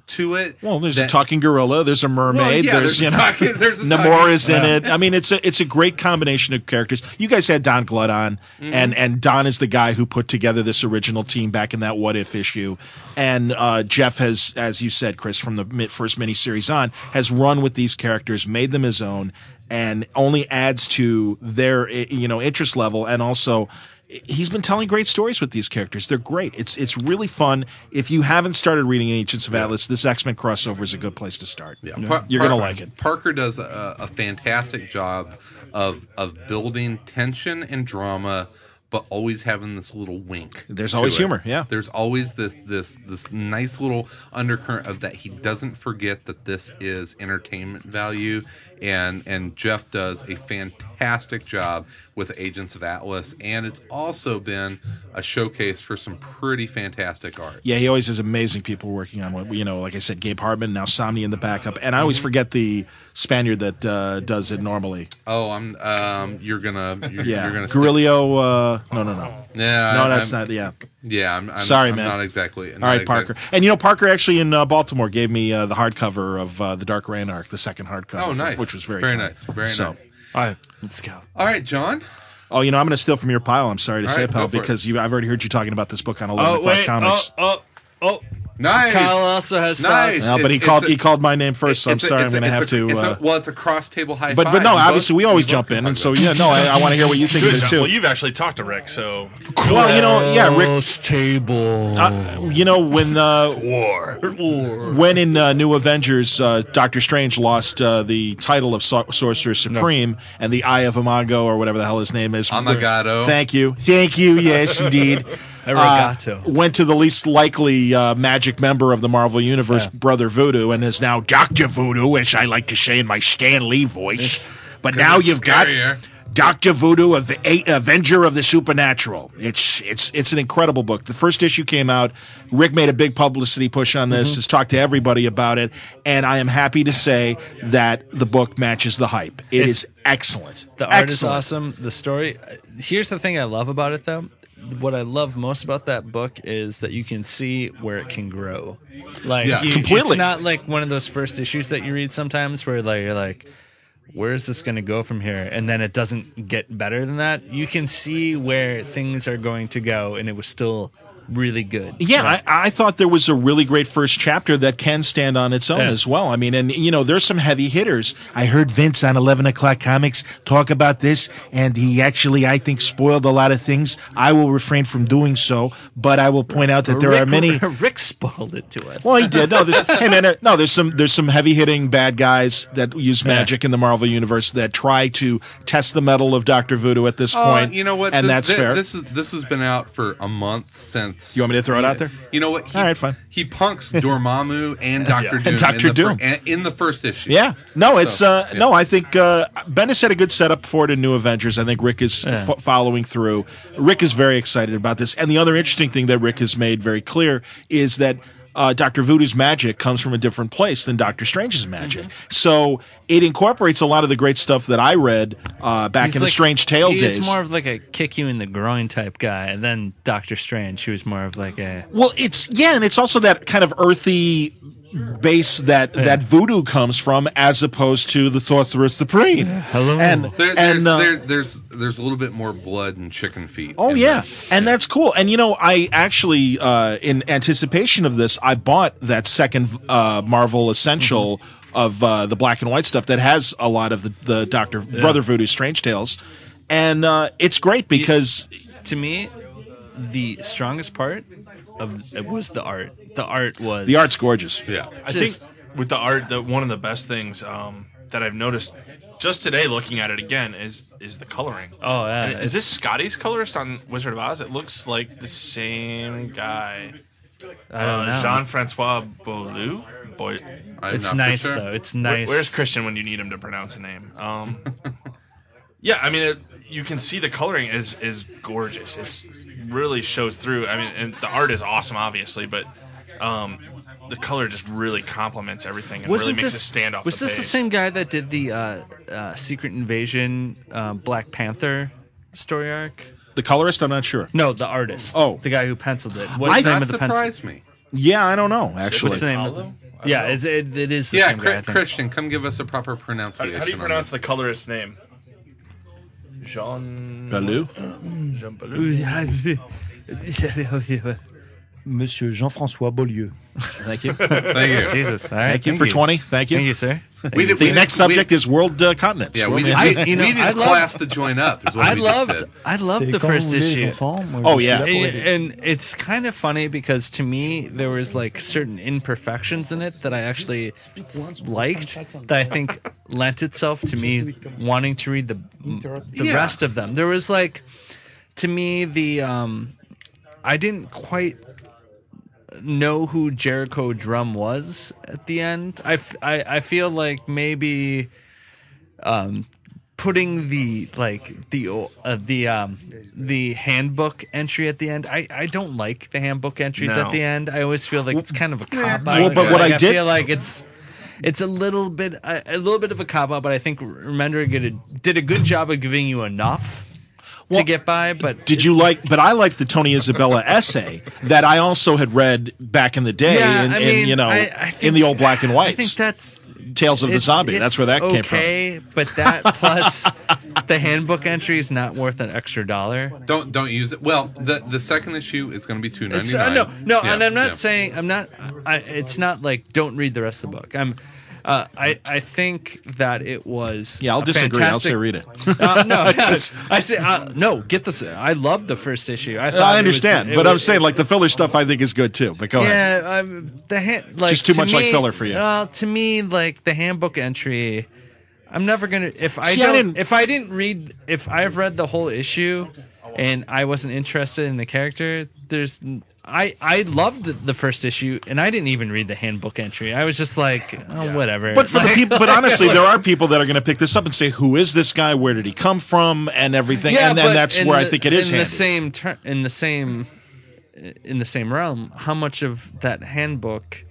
A: to it.
D: Well, there's a
A: that-
D: talking gorilla, there's a mermaid,
A: Well, yeah,
D: there's,
A: there's a
D: you know,
A: talking- there's a
D: Namor
A: talking-
D: is in it. I mean, it's a it's a great combination of characters. You guys had Don Glut on, and and Don is the guy who put together this original team back in that What If issue, and uh, Jeff has, as you said, Chris, from the mi- first miniseries on, has run with these characters, made them his own, and only adds to their i- you know interest level, and also. i- He's been telling great stories with these characters. They're great. It's it's really fun. If you haven't started reading Ancients of Atlas, this X Men crossover is a good place to start.
A: Yeah, Par-
D: You're gonna
A: Parker-
D: like it.
A: Parker does a, a fantastic job of of building tension and drama, but always having this little wink.
D: There's
A: to
D: always
A: it.
D: humor, yeah.
A: there's always this this this nice little undercurrent of that he doesn't forget that this is entertainment value, and and Jeff does a fantastic job with Agents of Atlas, and it's also been a showcase for some pretty fantastic art.
D: Yeah, he always has amazing people working on what you know. Like I said, Gabe Hartman, now Somni in the backup, and I
A: Mm-hmm.
D: always forget the Spaniard that uh, does it normally.
A: Oh, I'm um, you're gonna you're,
D: Yeah,
A: you're gonna stick-
D: Grillo. Uh, no, no, no,
A: Yeah,
D: no,
A: I'm-
D: that's
A: I'm-
D: not. Yeah,
A: Yeah, I'm, I'm
D: Sorry,
A: I'm
D: man.
A: Not exactly.
D: all right, Parker. And you know, Parker actually in uh, Baltimore gave me uh, the hardcover of uh, the Dark Reign arc, the second hardcover.
A: Oh, nice.
D: which was very
A: very
D: fun.
A: nice. Very
D: So-
A: nice.
F: All right, let's go.
A: All right, John.
D: Oh, you know, I'm going to steal from your pile. I'm sorry to
A: All
D: say,
A: right,
D: pal,
A: go for it.
D: because you, I've already heard you talking about this book on 11
F: Oh
D: o'clock
F: wait.
D: comics.
F: Oh, oh,
A: Nice.
F: Kyle also has
A: Nice.
F: thoughts.
D: No, but he
A: It's-
D: called.
A: it's a-
D: he called my name first, so I'm
A: It's a-
D: sorry. I'm
A: it's a-
D: going to
A: it's
D: have
A: a-
D: to.
A: it's a-
D: uh,
A: well, it's a cross table high
D: but
A: five.
D: but no,
A: You both-
D: obviously we always
A: you both
D: jump
A: can
D: in,
A: talk
D: and so
A: about it.
D: yeah, no, I, I want to hear what you think of
H: Good
D: it
H: job.
D: too.
H: Well, you've actually talked to Rick, so
D: Well, you know, yeah, Rick.
F: table.
D: Uh, you know when uh,
H: war.
D: when in uh, New Avengers, uh, Doctor Strange lost uh, the title of Sor- Sorcerer Supreme and the Eye of Imago or whatever the hell his name is.
A: Amagado.
D: Thank you, thank you. Yes, indeed. Uh,
F: Arigato.
D: went to the least likely uh, magic member of the Marvel Universe, Brother Voodoo, and is now Doctor Voodoo, as I like to say in my Stan Lee voice. But now
A: it's
D: you've
A: scarier.
D: got Doctor Voodoo, of a- Avenger of the Supernatural. It's it's it's an incredible book. The first issue came out. Rick made a big publicity push on
F: Mm-hmm.
D: this. Has talked to everybody about it, and I am happy to say that the book matches the hype. it's,
F: It's-
D: excellent.
F: The art
D: Excellent.
F: is awesome. The story. Here's the thing I love about it, though. What I love most about that book is that you can see where it can grow. Like
A: Yeah,
F: you-
D: completely.
F: It's not like one of those first issues that you read sometimes where like you're like, where is this going to go from here? And then it doesn't get better than that. You can see where things are going to go, and it was still really good.
D: Yeah, I, I thought there was a really great first chapter that can stand on its own as well. I mean, and you know, there's some heavy hitters. I heard Vince on 11 o'clock comics talk about this, and he actually, I think, spoiled a lot of things. I will refrain from doing so, but I will point out that there
F: Rick,
D: are many.
F: Rick spoiled it to us.
D: Well, he did. No, there's, hey man, there- no, there's some there's some heavy hitting bad guys that use magic in the Marvel universe that try to test the metal of Doctor Voodoo at this
A: Uh,
D: point.
A: you know what?
D: And
A: Th-
D: that's
A: th-
D: fair.
A: This is this has been out for a month since.
D: You want me to throw it out there?
A: You know what? He,
D: All right, fine.
A: He punks Dormammu and Doctor Doom. in
D: Dr.
A: the fir-
D: Doom.
A: a- in the first issue.
D: Yeah. No, it's
A: So,
D: uh
A: yeah.
D: no, I think uh Bendis had a good setup for it in New Avengers. I think Rick is fo- following through. Rick is very excited about this. And the other interesting thing that Rick has made very clear is that uh, Doctor Voodoo's magic comes from a different place than Doctor Strange's magic.
F: Mm-hmm.
D: So it incorporates a lot of the great stuff that I read uh, back
F: He's
D: in the
F: like-
D: Strange Tale days.
F: He's more of like a kick you in the groin type guy, and then Doctor Strange, who was more of like a
D: Well, it's yeah, and it's also that kind of earthy base that that voodoo comes from, as opposed to the Sorceress Supreme.
F: hello.
D: And
A: There, there's,
D: and uh,
A: there, there's there's a little bit more blood and chicken feet.
D: Oh
A: in
D: yes,
A: this.
D: and that's cool. And you know, I actually, uh, in anticipation of this, I bought that second uh, Marvel Essential of uh, the black and white stuff that has a lot of the, the Doctor Brother Voodoo Strange Tales, and uh, it's great because
F: to me, the strongest part of it was the art. The art was
D: the art's gorgeous.
A: Yeah.
H: I
F: Just-
H: think with the art, that one of the best things um, that I've noticed just today, looking at it again, is is the coloring. Uh,
F: Oh yeah,
H: is this Scotty's colorist on Wizard of Oz? It looks like the same guy,
F: I don't know.
H: uh, Jean Francois Beaulieu. Boy,
A: I'm
F: it's
A: not for
F: nice
A: sure.
F: though. It's nice.
H: where's Christian when you need him to pronounce a name? Um, yeah, I mean, it, you can see the coloring is is gorgeous. It's really shows through. I mean, and the art is awesome, obviously, but. Um, the color just really complements everything and really makes it stand off.
F: Was
H: the
F: this the
H: page.
F: same guy that did the uh, uh, Secret Invasion uh, Black Panther story arc?
D: The colorist, I'm not sure.
F: No, the artist.
D: Oh.
F: the guy who penciled it. What's the name
A: That
F: of the pencil?
A: surprised me.
D: Yeah, I don't know
F: What's the
D: actually.
F: name? of
H: Paulo?
F: the- Yeah, it's, it, it is the
A: Yeah,
F: same guy. I
A: Chri-
F: think.
A: Christian, come give us a proper
H: How,
A: pronunciation.
H: how do you
A: on
H: pronounce
A: this.
H: the colorist's name? Jean
D: Baloo.
H: Jean Baloo.
E: Monsieur Jean-François Beaulieu.
D: Thank you.
A: Thank you.
F: Jesus. All right,
D: Thank you for twenty. Thank you.
F: Thank you, sir.
A: We did-
D: The
A: we
D: next
A: just-
D: subject
A: we,
D: is world uh, continents.
A: Yeah,
D: Well,
A: we
D: maybe-
A: did.
F: I-
A: I,
F: you know,
A: we need
F: I
A: his
F: loved-
A: class to join up. Is what
F: I
A: we just
F: loved.
A: did.
F: I loved
E: C'est
F: the
E: quand
F: first
E: vous voulez, les
F: issue.
E: enfants, moi,
D: Oh,
E: je suis
D: yeah.
E: là pour
F: And,
E: aider.
F: and it's kind of funny because to me there was like certain imperfections in it that I actually liked that I think lent itself to me wanting to read the the
A: Yeah.
F: rest of them. There was like to me the um I didn't quite know who Jericho Drum was at the end. I f- I, I feel like maybe um, putting the like the uh, the um the handbook entry at the end. I I don't like the handbook entries
H: No.
F: at the end. I always feel like it's kind of a cop out.
D: Well, but what
F: Like,
D: I did-
F: feel like it's it's a little bit a, a little bit of a cop out, but I think Remender did a, did a good job of giving you enough
D: Well,
F: to get by. But
D: Did you like? But I liked the Tony Isabella essay that I also had read back in the day, in, in, you know,
F: I- I
D: in
F: think-
D: the old black and
F: I think
D: whites,
F: that's
D: Tales of the
F: it's-
D: Zombie. That's where
F: it's
D: that came from.
F: Okay, but that plus the handbook entry is not worth an extra dollar.
A: Don't don't use it. Well, the the second issue is going to be two ninety
F: It's, uh,
A: nine.
F: no, no, and I'm not saying I'm not. I, it's not like don't read the rest of the book. I'm. Uh, I I think that it was.
D: Yeah, I'll
F: a
D: disagree. I'll
F: fantastic-
D: say read it.
F: Uh, no, yeah, I say uh, no. Get this. I love the first issue. I, thought it
D: Uh, I
F: was-
D: understand,
F: it
D: but
F: was-
D: I'm saying like the filler stuff I think is good too. But go ahead.
F: yeah, um, the hand, like
D: Just too
F: to
D: much like
F: me-
D: filler for you.
F: Uh, to me, like the handbook entry, I'm never gonna. If I
D: See, I
F: don't,
D: didn't-
F: if I didn't read, if I've read the whole issue, and I wasn't interested in the character, there's. I I loved the first issue, and I didn't even read the handbook entry. I was just like, oh, whatever.
D: But for the
F: Like-
D: people, but honestly, there are people that are going to pick this up and say, "Who is this guy? Where did he come from?" and everything. and then
F: but
D: that's
F: in
D: where I
F: the-
D: think it is
F: in the
D: handy.
F: same ter- in the same in the same realm. How much of that handbook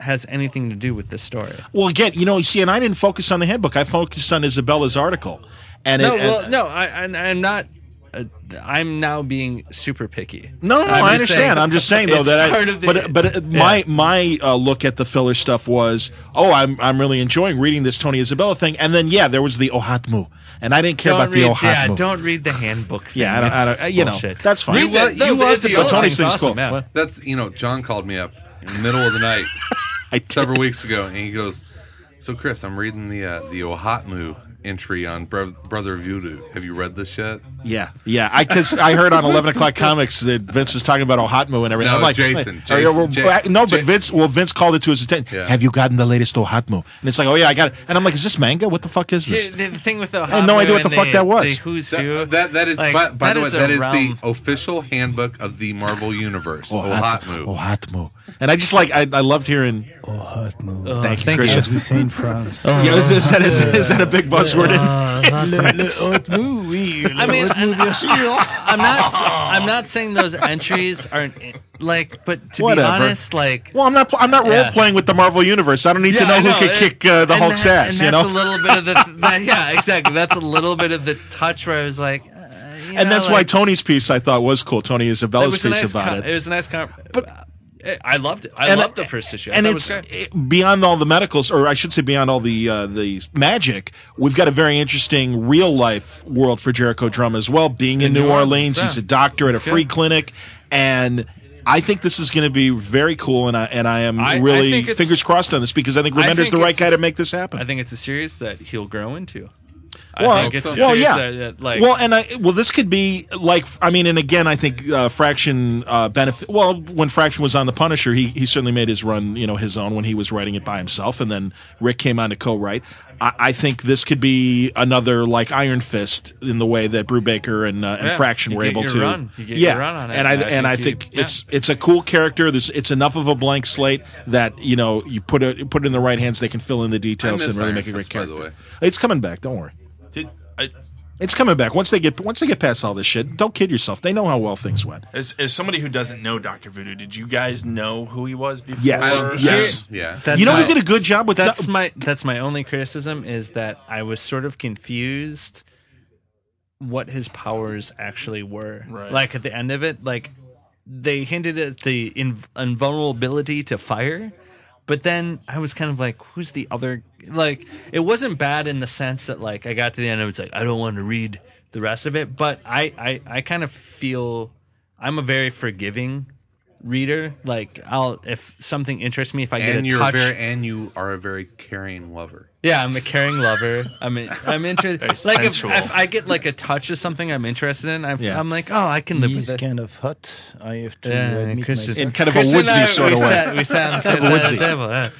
F: has anything to do with this story?
D: Well, again, you know, you see, and I didn't focus on the handbook. I focused on Isabella's article, and
F: No,
D: it, and-
F: well, no, I, I, I'm not. Uh, I'm now being super picky.
D: No, no,
F: I'm
D: no I
F: just
D: understand.
F: saying-
D: I'm just saying though
F: It's
D: that
F: part
D: I,
F: of the-
D: but but uh, my my uh, look at the filler stuff was, oh, I'm I'm really enjoying reading this Tony Isabella thing, and then yeah, there was the Ohatmu, and I didn't care
F: Don't
D: about
F: read,
D: the Ohatmu.
F: yeah, don't read the handbook. Thing.
D: Yeah, I don't- I
F: It's
D: don't- uh, you know,
F: bullshit.
D: that's fine.
F: Read
D: You
F: the-
A: love-
F: no,
A: you love
F: it's a
A: the
F: book.
A: But Tony's
F: It's
D: thing's cool.
F: awesome, yeah.
D: What?
A: That's you know, John called me up in the middle of the night
D: I did.
A: several weeks ago, and he goes, "So Chris, I'm reading the uh, the Ohatmu entry on Bro- Brother Voodoo. Have you read this yet?"
D: Yeah, yeah. I because I heard on eleven o'clock comics that Vince was talking about Ohatmu and everything.
A: No,
D: I'm like,
A: Jason,
D: oh, yeah, well,
A: Jason,
D: well,
A: Ja-
D: no, but
A: Ja-
D: Vince. Well, Vince called it to his attention.
A: Yeah.
D: Have you gotten the latest Ohatmu? And it's like, oh yeah, I got it. And I'm like, is this manga? What the fuck is this?
F: The, the thing with the I
D: had no idea what the fuck that was.
F: who's who?
A: That, that, that is
F: Like,
A: by, by the way,
F: is a
A: that is
F: realm.
A: the official handbook of the Marvel Universe.
F: Oh,
D: Ohat-
A: Ohatmu.
D: Ohatmu. oh, And I just like I, I loved hearing.
E: Oh,
D: Ohatmu. thank you,
F: thank you.
D: Christian.
E: As we say in France.
D: Yeah, is, is that, is, is that a big buzzword?
E: le, le hot mou, oui. Le
F: I mean,
E: hot mou,
F: and-
E: bien sûr.
F: I'm not. I'm not saying those entries aren't like. But to
D: Whatever.
F: be honest, like
D: Well, I'm not. pl- I'm not role
F: Yeah.
D: playing with the Marvel universe. I don't need to know
F: I
D: who could
F: and-
D: kick uh, the
F: and
D: Hulk's
F: that-
D: ass.
F: and
D: You
F: that's
D: know,
F: a little bit of the. that- yeah, exactly. That's a little bit of the touch where I was like. Uh, you
D: and
F: know,
D: that's why
F: like,
D: Tony's piece I thought was cool. Tony
F: it
D: Isabella's
F: was a
D: piece
F: nice.
D: about
F: con-
D: it.
F: it was a nice. Con-
D: But-
F: I loved it. I
D: And-
F: loved the first issue. I
D: and
F: thought it was
D: it's
F: great.
D: it- beyond all the medicals, or I should say, beyond all the uh, the magic. We've got a very interesting real life world for Jericho Drum as well. Being in, New,
F: New
D: Orleans,
F: Orleans,
D: he's
F: yeah.
D: a doctor at a
F: That's
D: free
F: good.
D: clinic, and I think this is going to be very cool. And I and I am
F: I- I
D: really
F: think it's-
D: fingers crossed on this because I think
F: I
D: Remender's
F: think
D: the right
F: it's
D: guy
F: a-
D: to make this happen.
F: I think it's a series that he'll grow into.
D: Well,
F: I think it's a
D: well,
F: series
D: yeah.
F: that, that, like
D: well, and I well, this could be like I mean, and again, I think uh, Fraction uh, benefit. Well, when Fraction was on the Punisher, he he certainly made his run, you know, his own when he was writing it by himself, and then Rick came on to co-write. I, I think this could be another like Iron Fist in the way that Brubaker and uh, and
F: Yeah,
D: Fraction
F: you
D: were
F: get
D: able
F: your
D: to.
F: run. You get
D: yeah,
F: your run on it,
D: and I and, I think,
F: you-
D: it's it's a cool character. There's it's enough of a blank slate that you know you put a, you put it in the right hands, they can fill in the details and
A: miss
D: really
A: Iron
D: make a great
A: Fist, by the
D: character. It's coming back. Don't worry.
H: Did I,
D: It's coming back once they get once they get past all this shit. Don't kid yourself. They know how well things went.
H: as, as somebody who doesn't know Doctor Voodoo, did you guys know who he was before?
D: Yes.
A: I-
D: Yes.
A: Yeah.
F: that's
D: you know
F: my-
D: who did a good job with
F: that's
D: Do-
F: my that's my only criticism is that I was sort of confused what his powers actually were.
H: Right.
F: Like at the end of it, like they hinted at the in, invulnerability to fire, but then I was kind of like, who's the other? Like it wasn't bad in the sense that like I got to the end, I was like, I don't want to read the rest of it, but I I, I kind of feel I'm a very forgiving reader like i'll if something interests me if i get
A: And
F: a
A: you're a
F: touch
A: very and you are a very caring lover.
F: yeah, I'm a caring lover. I'm in, I'm interested. like if,
H: sensual.
F: if I get like a touch of something I'm interested in, I'm,
D: Yeah.
F: I'm like, oh, I can live
E: He's
F: with it.
E: kind of hot. I have to
F: Yeah,
E: admit
F: Christian-
E: myself.
D: in kind of a
F: Chris and
D: woodsy
F: I,
D: sort
F: we
D: of way.
F: Sat, we sat on the same side of
D: woodsy.
F: the table. yeah.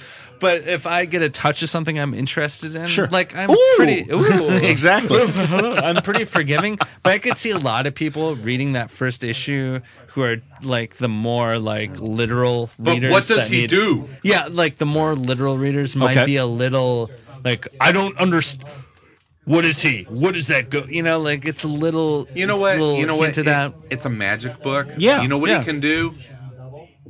F: But if I get a touch of something I'm interested in,
D: Sure.
F: like I'm
D: Ooh!
F: pretty, ooh,
D: exactly.
F: I'm pretty forgiving. But I could see a lot of people reading that first issue who are like the more like literal
A: But
F: readers.
A: what does
F: that
A: he
F: need-
A: do?
F: Yeah, like the more literal readers might
D: Okay.
F: be a little like I don't understand. What is he? What does that go? You know, like it's a little.
A: You know
F: it's a
A: what?
F: little
A: You know what?
F: hinted at.
A: It- it's a magic book.
D: Yeah,
A: You know what
D: yeah.
A: he can do?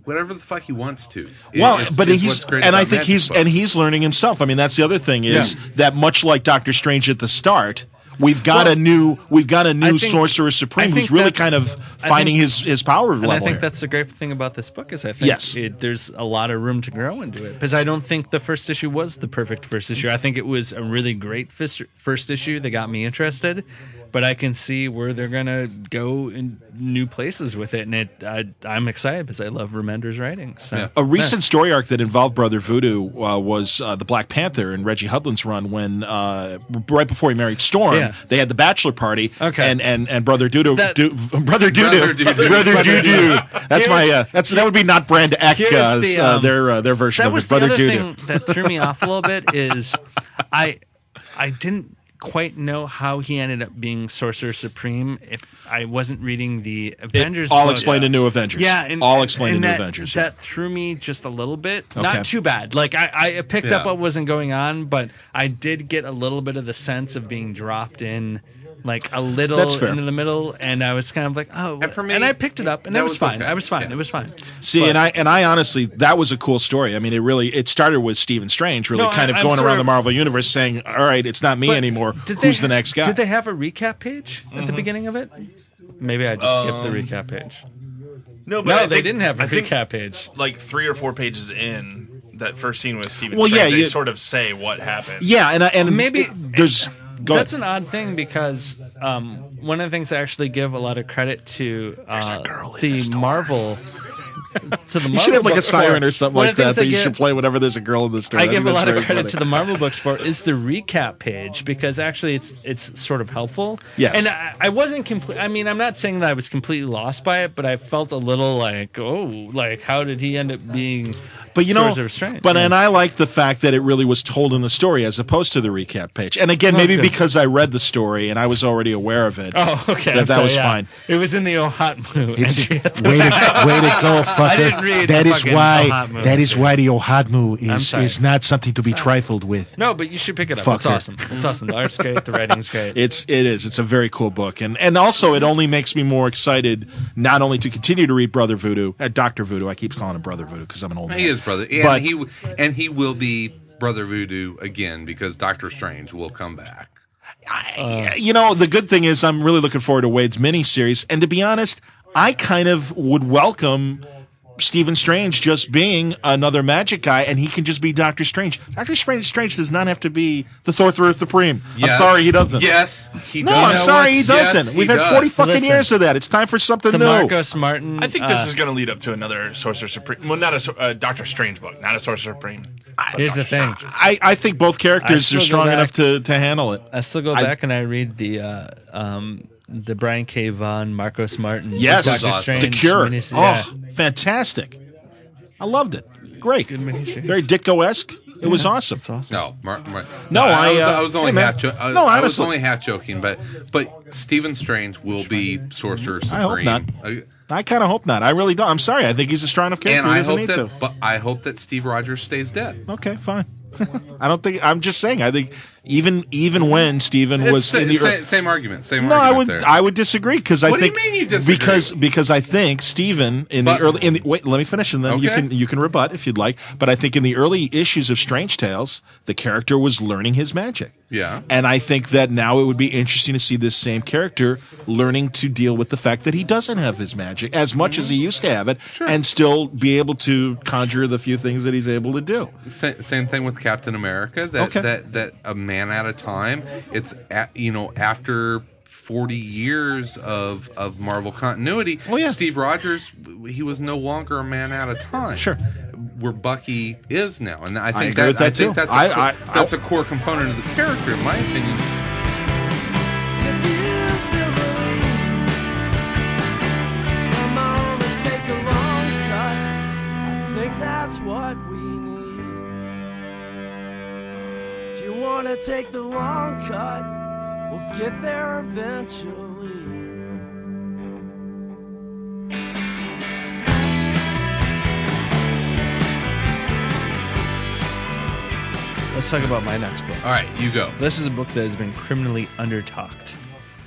A: Whatever the fuck he wants to. It-
D: Well,
A: it's-
D: but
A: it's
D: he's
A: what's great
D: and I
A: about
D: think
A: magic
D: he's
A: books.
D: and he's learning himself. I mean, that's the other thing is that much like Doctor Strange at the start, we've got a new we've got a new
F: think-
D: Sorcerer
F: I
D: Supreme
F: think
D: who's really
F: that's-
D: kind of
F: I
D: finding
F: think-
D: his his power level.
F: And I think
D: here.
F: that's the great thing about this book is I think
D: Yes.
F: it, there's a lot of room to grow into it because I don't think the first issue was the perfect first issue. I think it was a really great fis- first issue that got me interested, but I can see where they're gonna go in new places with it, and it I, I'm excited because I love Remender's writing. So
A: Yeah.
D: A recent story arc that involved Brother Voodoo uh, was uh, the Black Panther and Reggie Hudlin's run when uh, right before he married Storm,
F: Yeah.
D: they had the bachelor party.
F: Okay.
D: and and and Brother Doodoo,
F: That-
D: Doo- Brother
A: Brother
D: Doodoo,
A: Doodoo.
D: Brother Doodoo. That's my uh, that's that would be not Brand Eck,
F: Here's
D: uh,
F: the,
D: uh,
F: um,
D: their uh, their version
F: that
D: of
F: was
D: it,
F: the
D: Brother
F: other
D: Doodoo.
F: thing that threw me off a little bit is I I didn't quite know how he ended up being Sorcerer Supreme if I wasn't reading the Avengers.
D: all
F: book.
D: explained in New Avengers.
F: Yeah, and,
D: all explained
F: and
D: in New
F: that-
D: Avengers. yeah.
F: That threw me just a little bit.
D: Okay.
F: Not too bad. Like I, I picked up
A: Yeah.
F: what wasn't going on, but I did get a little bit of the sense of being dropped in, like a little
D: That's fair.
F: into the middle, and I was kind of like, oh.
A: And for me,
F: I picked it up, and
A: that
F: it was,
A: was
F: fine.
A: okay.
F: I was fine.
A: Yeah.
F: It was fine.
D: See, and I and I honestly, that was a cool story. I mean, it really it started with Stephen Strange really
F: No, I-
D: kind of
F: I'm
D: going
F: sorry.
D: around the Marvel universe saying, "All right, it's not me
F: But
D: anymore.
F: did
D: Who's
F: they
D: the
F: ha-
D: next guy?" Mm-hmm.
F: Did they have a recap page at the beginning of it? Maybe I just skipped
D: Um,
F: the recap page.
H: No, but
F: No,
H: I
F: they
H: think-
F: didn't have a
H: I think
F: recap page.
H: like three or four pages in that first scene with Steven
D: Well, yeah,
H: Strange, they
D: you-
H: sort of say what happened.
D: Yeah, and I- and
F: Maybe-
D: there's go
F: That's
D: ahead.
F: an odd thing because um, one of the things I actually give a lot of credit to uh, the Marvel. To the
D: you should have like a siren or something like that that you
F: give,
D: should play whenever there's a girl in the story.
F: I give a lot of credit to the Marvel books for is the recap page because actually it's it's sort of helpful.
D: Yes.
F: And I, I wasn't complete. I mean, I'm not saying that I was completely lost by it, but I felt a little like, oh, like how did he end up being?
D: But you know,
F: Swords of Restraint,
D: but
F: yeah.
D: and I like the fact that it really was told in the story as opposed to the recap page. And again,
F: That's
D: maybe
F: good.
D: because I read the story and I was already aware of it.
F: Oh, okay.
D: That,
F: I'm
D: that
F: sorry,
D: was
F: yeah.
D: fine.
F: It was in the Ohat Mu.
D: It's
F: entry.
D: way to, way to go,
F: I didn't read
I: That
F: the
I: is
F: fucking
I: why.
F: Ohad movie.
I: That is why the Ohadmu is
F: sorry.
I: is not something to be trifled with.
F: No, but you should pick it up.
I: Fuck
F: it's
I: her.
F: awesome. It's awesome. The art's great. The writing's great.
D: It's it is. It's a very cool book, and and also it only makes me more excited not only to continue to read Brother Voodoo, uh, Doctor Voodoo. I keep calling him Brother Voodoo because I'm an old man.
A: He is brother, and
D: But-
A: he w- and he will be brother Voodoo again because Doctor Strange will come back.
D: Yeah, you know, the good thing is I'm really looking forward to Wade's miniseries. And to be honest, I kind of would welcome Stephen Strange just being another magic guy, and he can just be Doctor Strange. Doctor Strange, Strange does not have to be the Thorthor Supreme.
A: Yes.
D: I'm sorry, he doesn't.
A: Yes, he
D: No,
A: does.
D: I'm sorry, he
A: Yes,
D: doesn't.
A: he
D: We've
A: does.
D: had 40 fucking
F: Listen.
D: years of that. It's time for something
F: the
D: new.
F: Marcos Martin.
H: I think this
F: uh,
H: is going to lead up to another Sorcerer Supreme. Well, not a Sor- uh, Doctor Strange book, not a Sorcerer Supreme. but
F: Here's the
H: Doctor
F: thing.
H: Strange.
D: I, I think both
F: I
D: characters
F: still
D: are
F: go
D: strong
F: back-
D: enough to, to handle it.
F: I still go
D: I-
F: back and I read the uh, um, the Brian K. Vaughan, Marcos Martin.
D: Yes.
F: Doctor
A: Awesome.
F: Strange,
D: The Cure.
F: minis- yeah.
D: oh, fantastic. I loved it. Great.
F: miniseries.
D: Very Ditko esque. It was awesome.
F: It's awesome.
A: No, Mar- Mar-
D: No, I,
A: was,
D: uh,
A: I was only
D: hey, man.
A: half jo- I,
D: No,
A: I was
D: honestly.
A: only half joking, but but Stephen Strange will be Sorcerer Supreme.
D: I hope not.
A: Uh,
D: I kind of hope not. I really don't. I'm sorry. I think he's a strong enough character.
A: And
D: he
A: I
D: doesn't
A: hope
D: need
A: that,
D: to.
A: but I hope that Steve Rogers stays dead.
D: Okay, fine. I don't think. I'm just saying. I think even even when Steven was
A: It's the-
D: in the
A: sa-
D: ear-
A: same argument. Same
D: no, I
A: argument.
D: would
A: there.
D: I would disagree because I
A: What do you
D: think
A: mean you disagree?
D: because because I think Steven in
A: But-
D: the early in the wait let me finish and then you
A: Okay.
D: can you can rebut if you'd like but I think in the early issues of Strange Tales the character was learning his magic
A: Yeah.
D: and I think that now it would be interesting to see this same character learning to deal with the fact that he doesn't have his magic as much as he used to have it and still be able to conjure the few things that he's able to do
A: Sa- same thing with Captain America. That
D: Okay.
A: that that a man at a time. It's a you know after. 40 years of, of Marvel continuity.
D: Oh, yeah.
A: Steve Rogers, he was no longer a man at a time.
D: Sure.
A: Where Bucky is now. And I think,
D: agree with that,
A: I think
D: too.
A: that's, a
D: I-
A: core-
D: I-
A: that's a core component of the character, in my opinion.
G: That's what we need. If you wanna take the long cut, we'll get there eventually.
F: Let's talk about my next book.
A: All right, you go.
F: This is a book that has been criminally undertalked.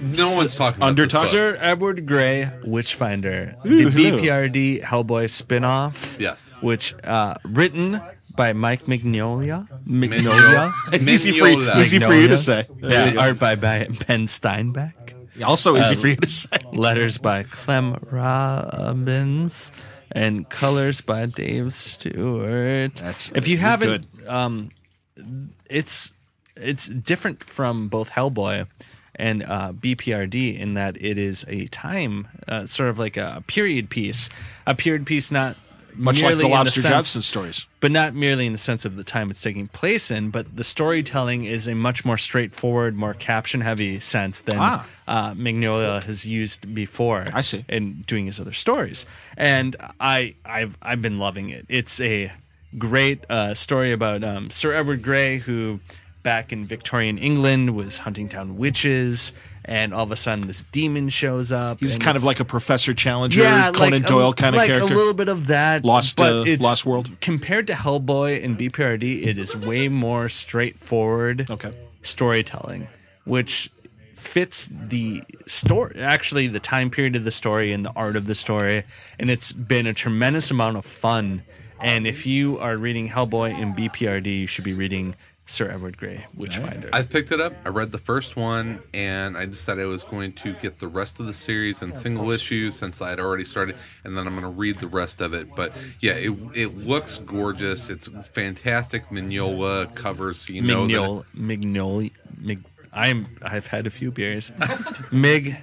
A: No one's talking about
D: Under
A: this
D: talk-
A: book.
F: Sir Edward Grey, Witchfinder,
D: Ooh,
F: the
D: hello.
F: BPRD Hellboy spinoff.
A: Yes.
F: Which uh, written by Mike Mignola.
A: Mignola.
F: Mignola.
D: easy for you,
A: Mignola.
D: easy for
F: Magnolia.
D: you to say
F: yeah, art by Ba- Ben Steinbeck.
D: also
F: Uh,
D: easy for you to say
F: Letters by Clem Robbins. And colors by Dave Stewart.
D: That's- uh,
F: if you
D: you're
F: haven't, um, it's it's different from both Hellboy and uh, BPRD in that it is a time, uh, sort of like a period piece, a period piece not
D: much like
F: merely
D: the
F: in
D: Lobster
F: sense-
D: Johnson stories.
F: but not merely in the sense of the time it's taking place in, but the storytelling is a much more straightforward, more caption heavy sense than
D: Ah.
F: uh, Mignola has used before.
D: I see.
F: In doing his other stories. And I, I've, I've been loving it. It's a great uh, story about um, Sir Edward Grey, who back in Victorian England was hunting down witches. And all of a sudden, this demon shows up.
D: He's
F: and
D: kind of
F: it's-
D: like a Professor Challenger,
F: yeah,
D: Conan
F: like a-
D: Doyle kind
F: like
D: of character.
F: A little bit of that.
D: Lost,
F: but
D: uh,
F: it's-
D: Lost World.
F: Compared to Hellboy and BPRD, it is way more straightforward
D: Okay.
F: storytelling, which fits the story, actually, the time period of the story and the art of the story. And it's been a tremendous amount of fun. And if you are reading Hellboy and BPRD, you should be reading Sir Edward Grey, Witchfinder.
A: I've picked it up. I read the first one, and I decided I was going to get the rest of the series in single issues since I had already started, and then I'm going to read the rest of it. But yeah, it, it looks gorgeous. It's fantastic. Mignola covers, you know, that-
F: Mignol, Mignoli, Mig, I'm, I've had a few beers. Mig,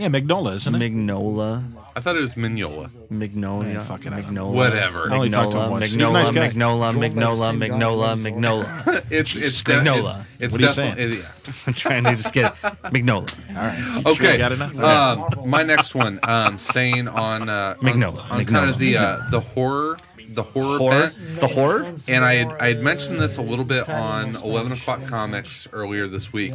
D: yeah, Magnola, isn't it?
F: Mignola,
A: I thought it was Mignola.
F: Magnolia.
D: Yeah, fuck it, I don't
F: Magnola.
A: Whatever.
D: I only talked to him
F: Magnola.
D: once. He's a
F: Magnola.
D: nice guy.
F: Magnola.
E: Joel by the
F: Magnola.
E: same guy
F: Magnola.
E: named
F: Magnola.
A: It's it's
D: Christ.
F: Mignola.
A: It's
D: What are you
A: definitely
D: saying?
A: yeah.
F: I'm trying to just get Magnola.
A: okay.
D: got enough?
A: um, my next one, um, staying on uh, on-
F: Mignola.
A: on, kind
F: Mignola.
A: of the uh, the horror the horror,
F: Horror.
A: bent.
F: The horror.
A: and I had, I had mentioned this a little bit on 11 o'clock comics earlier this week,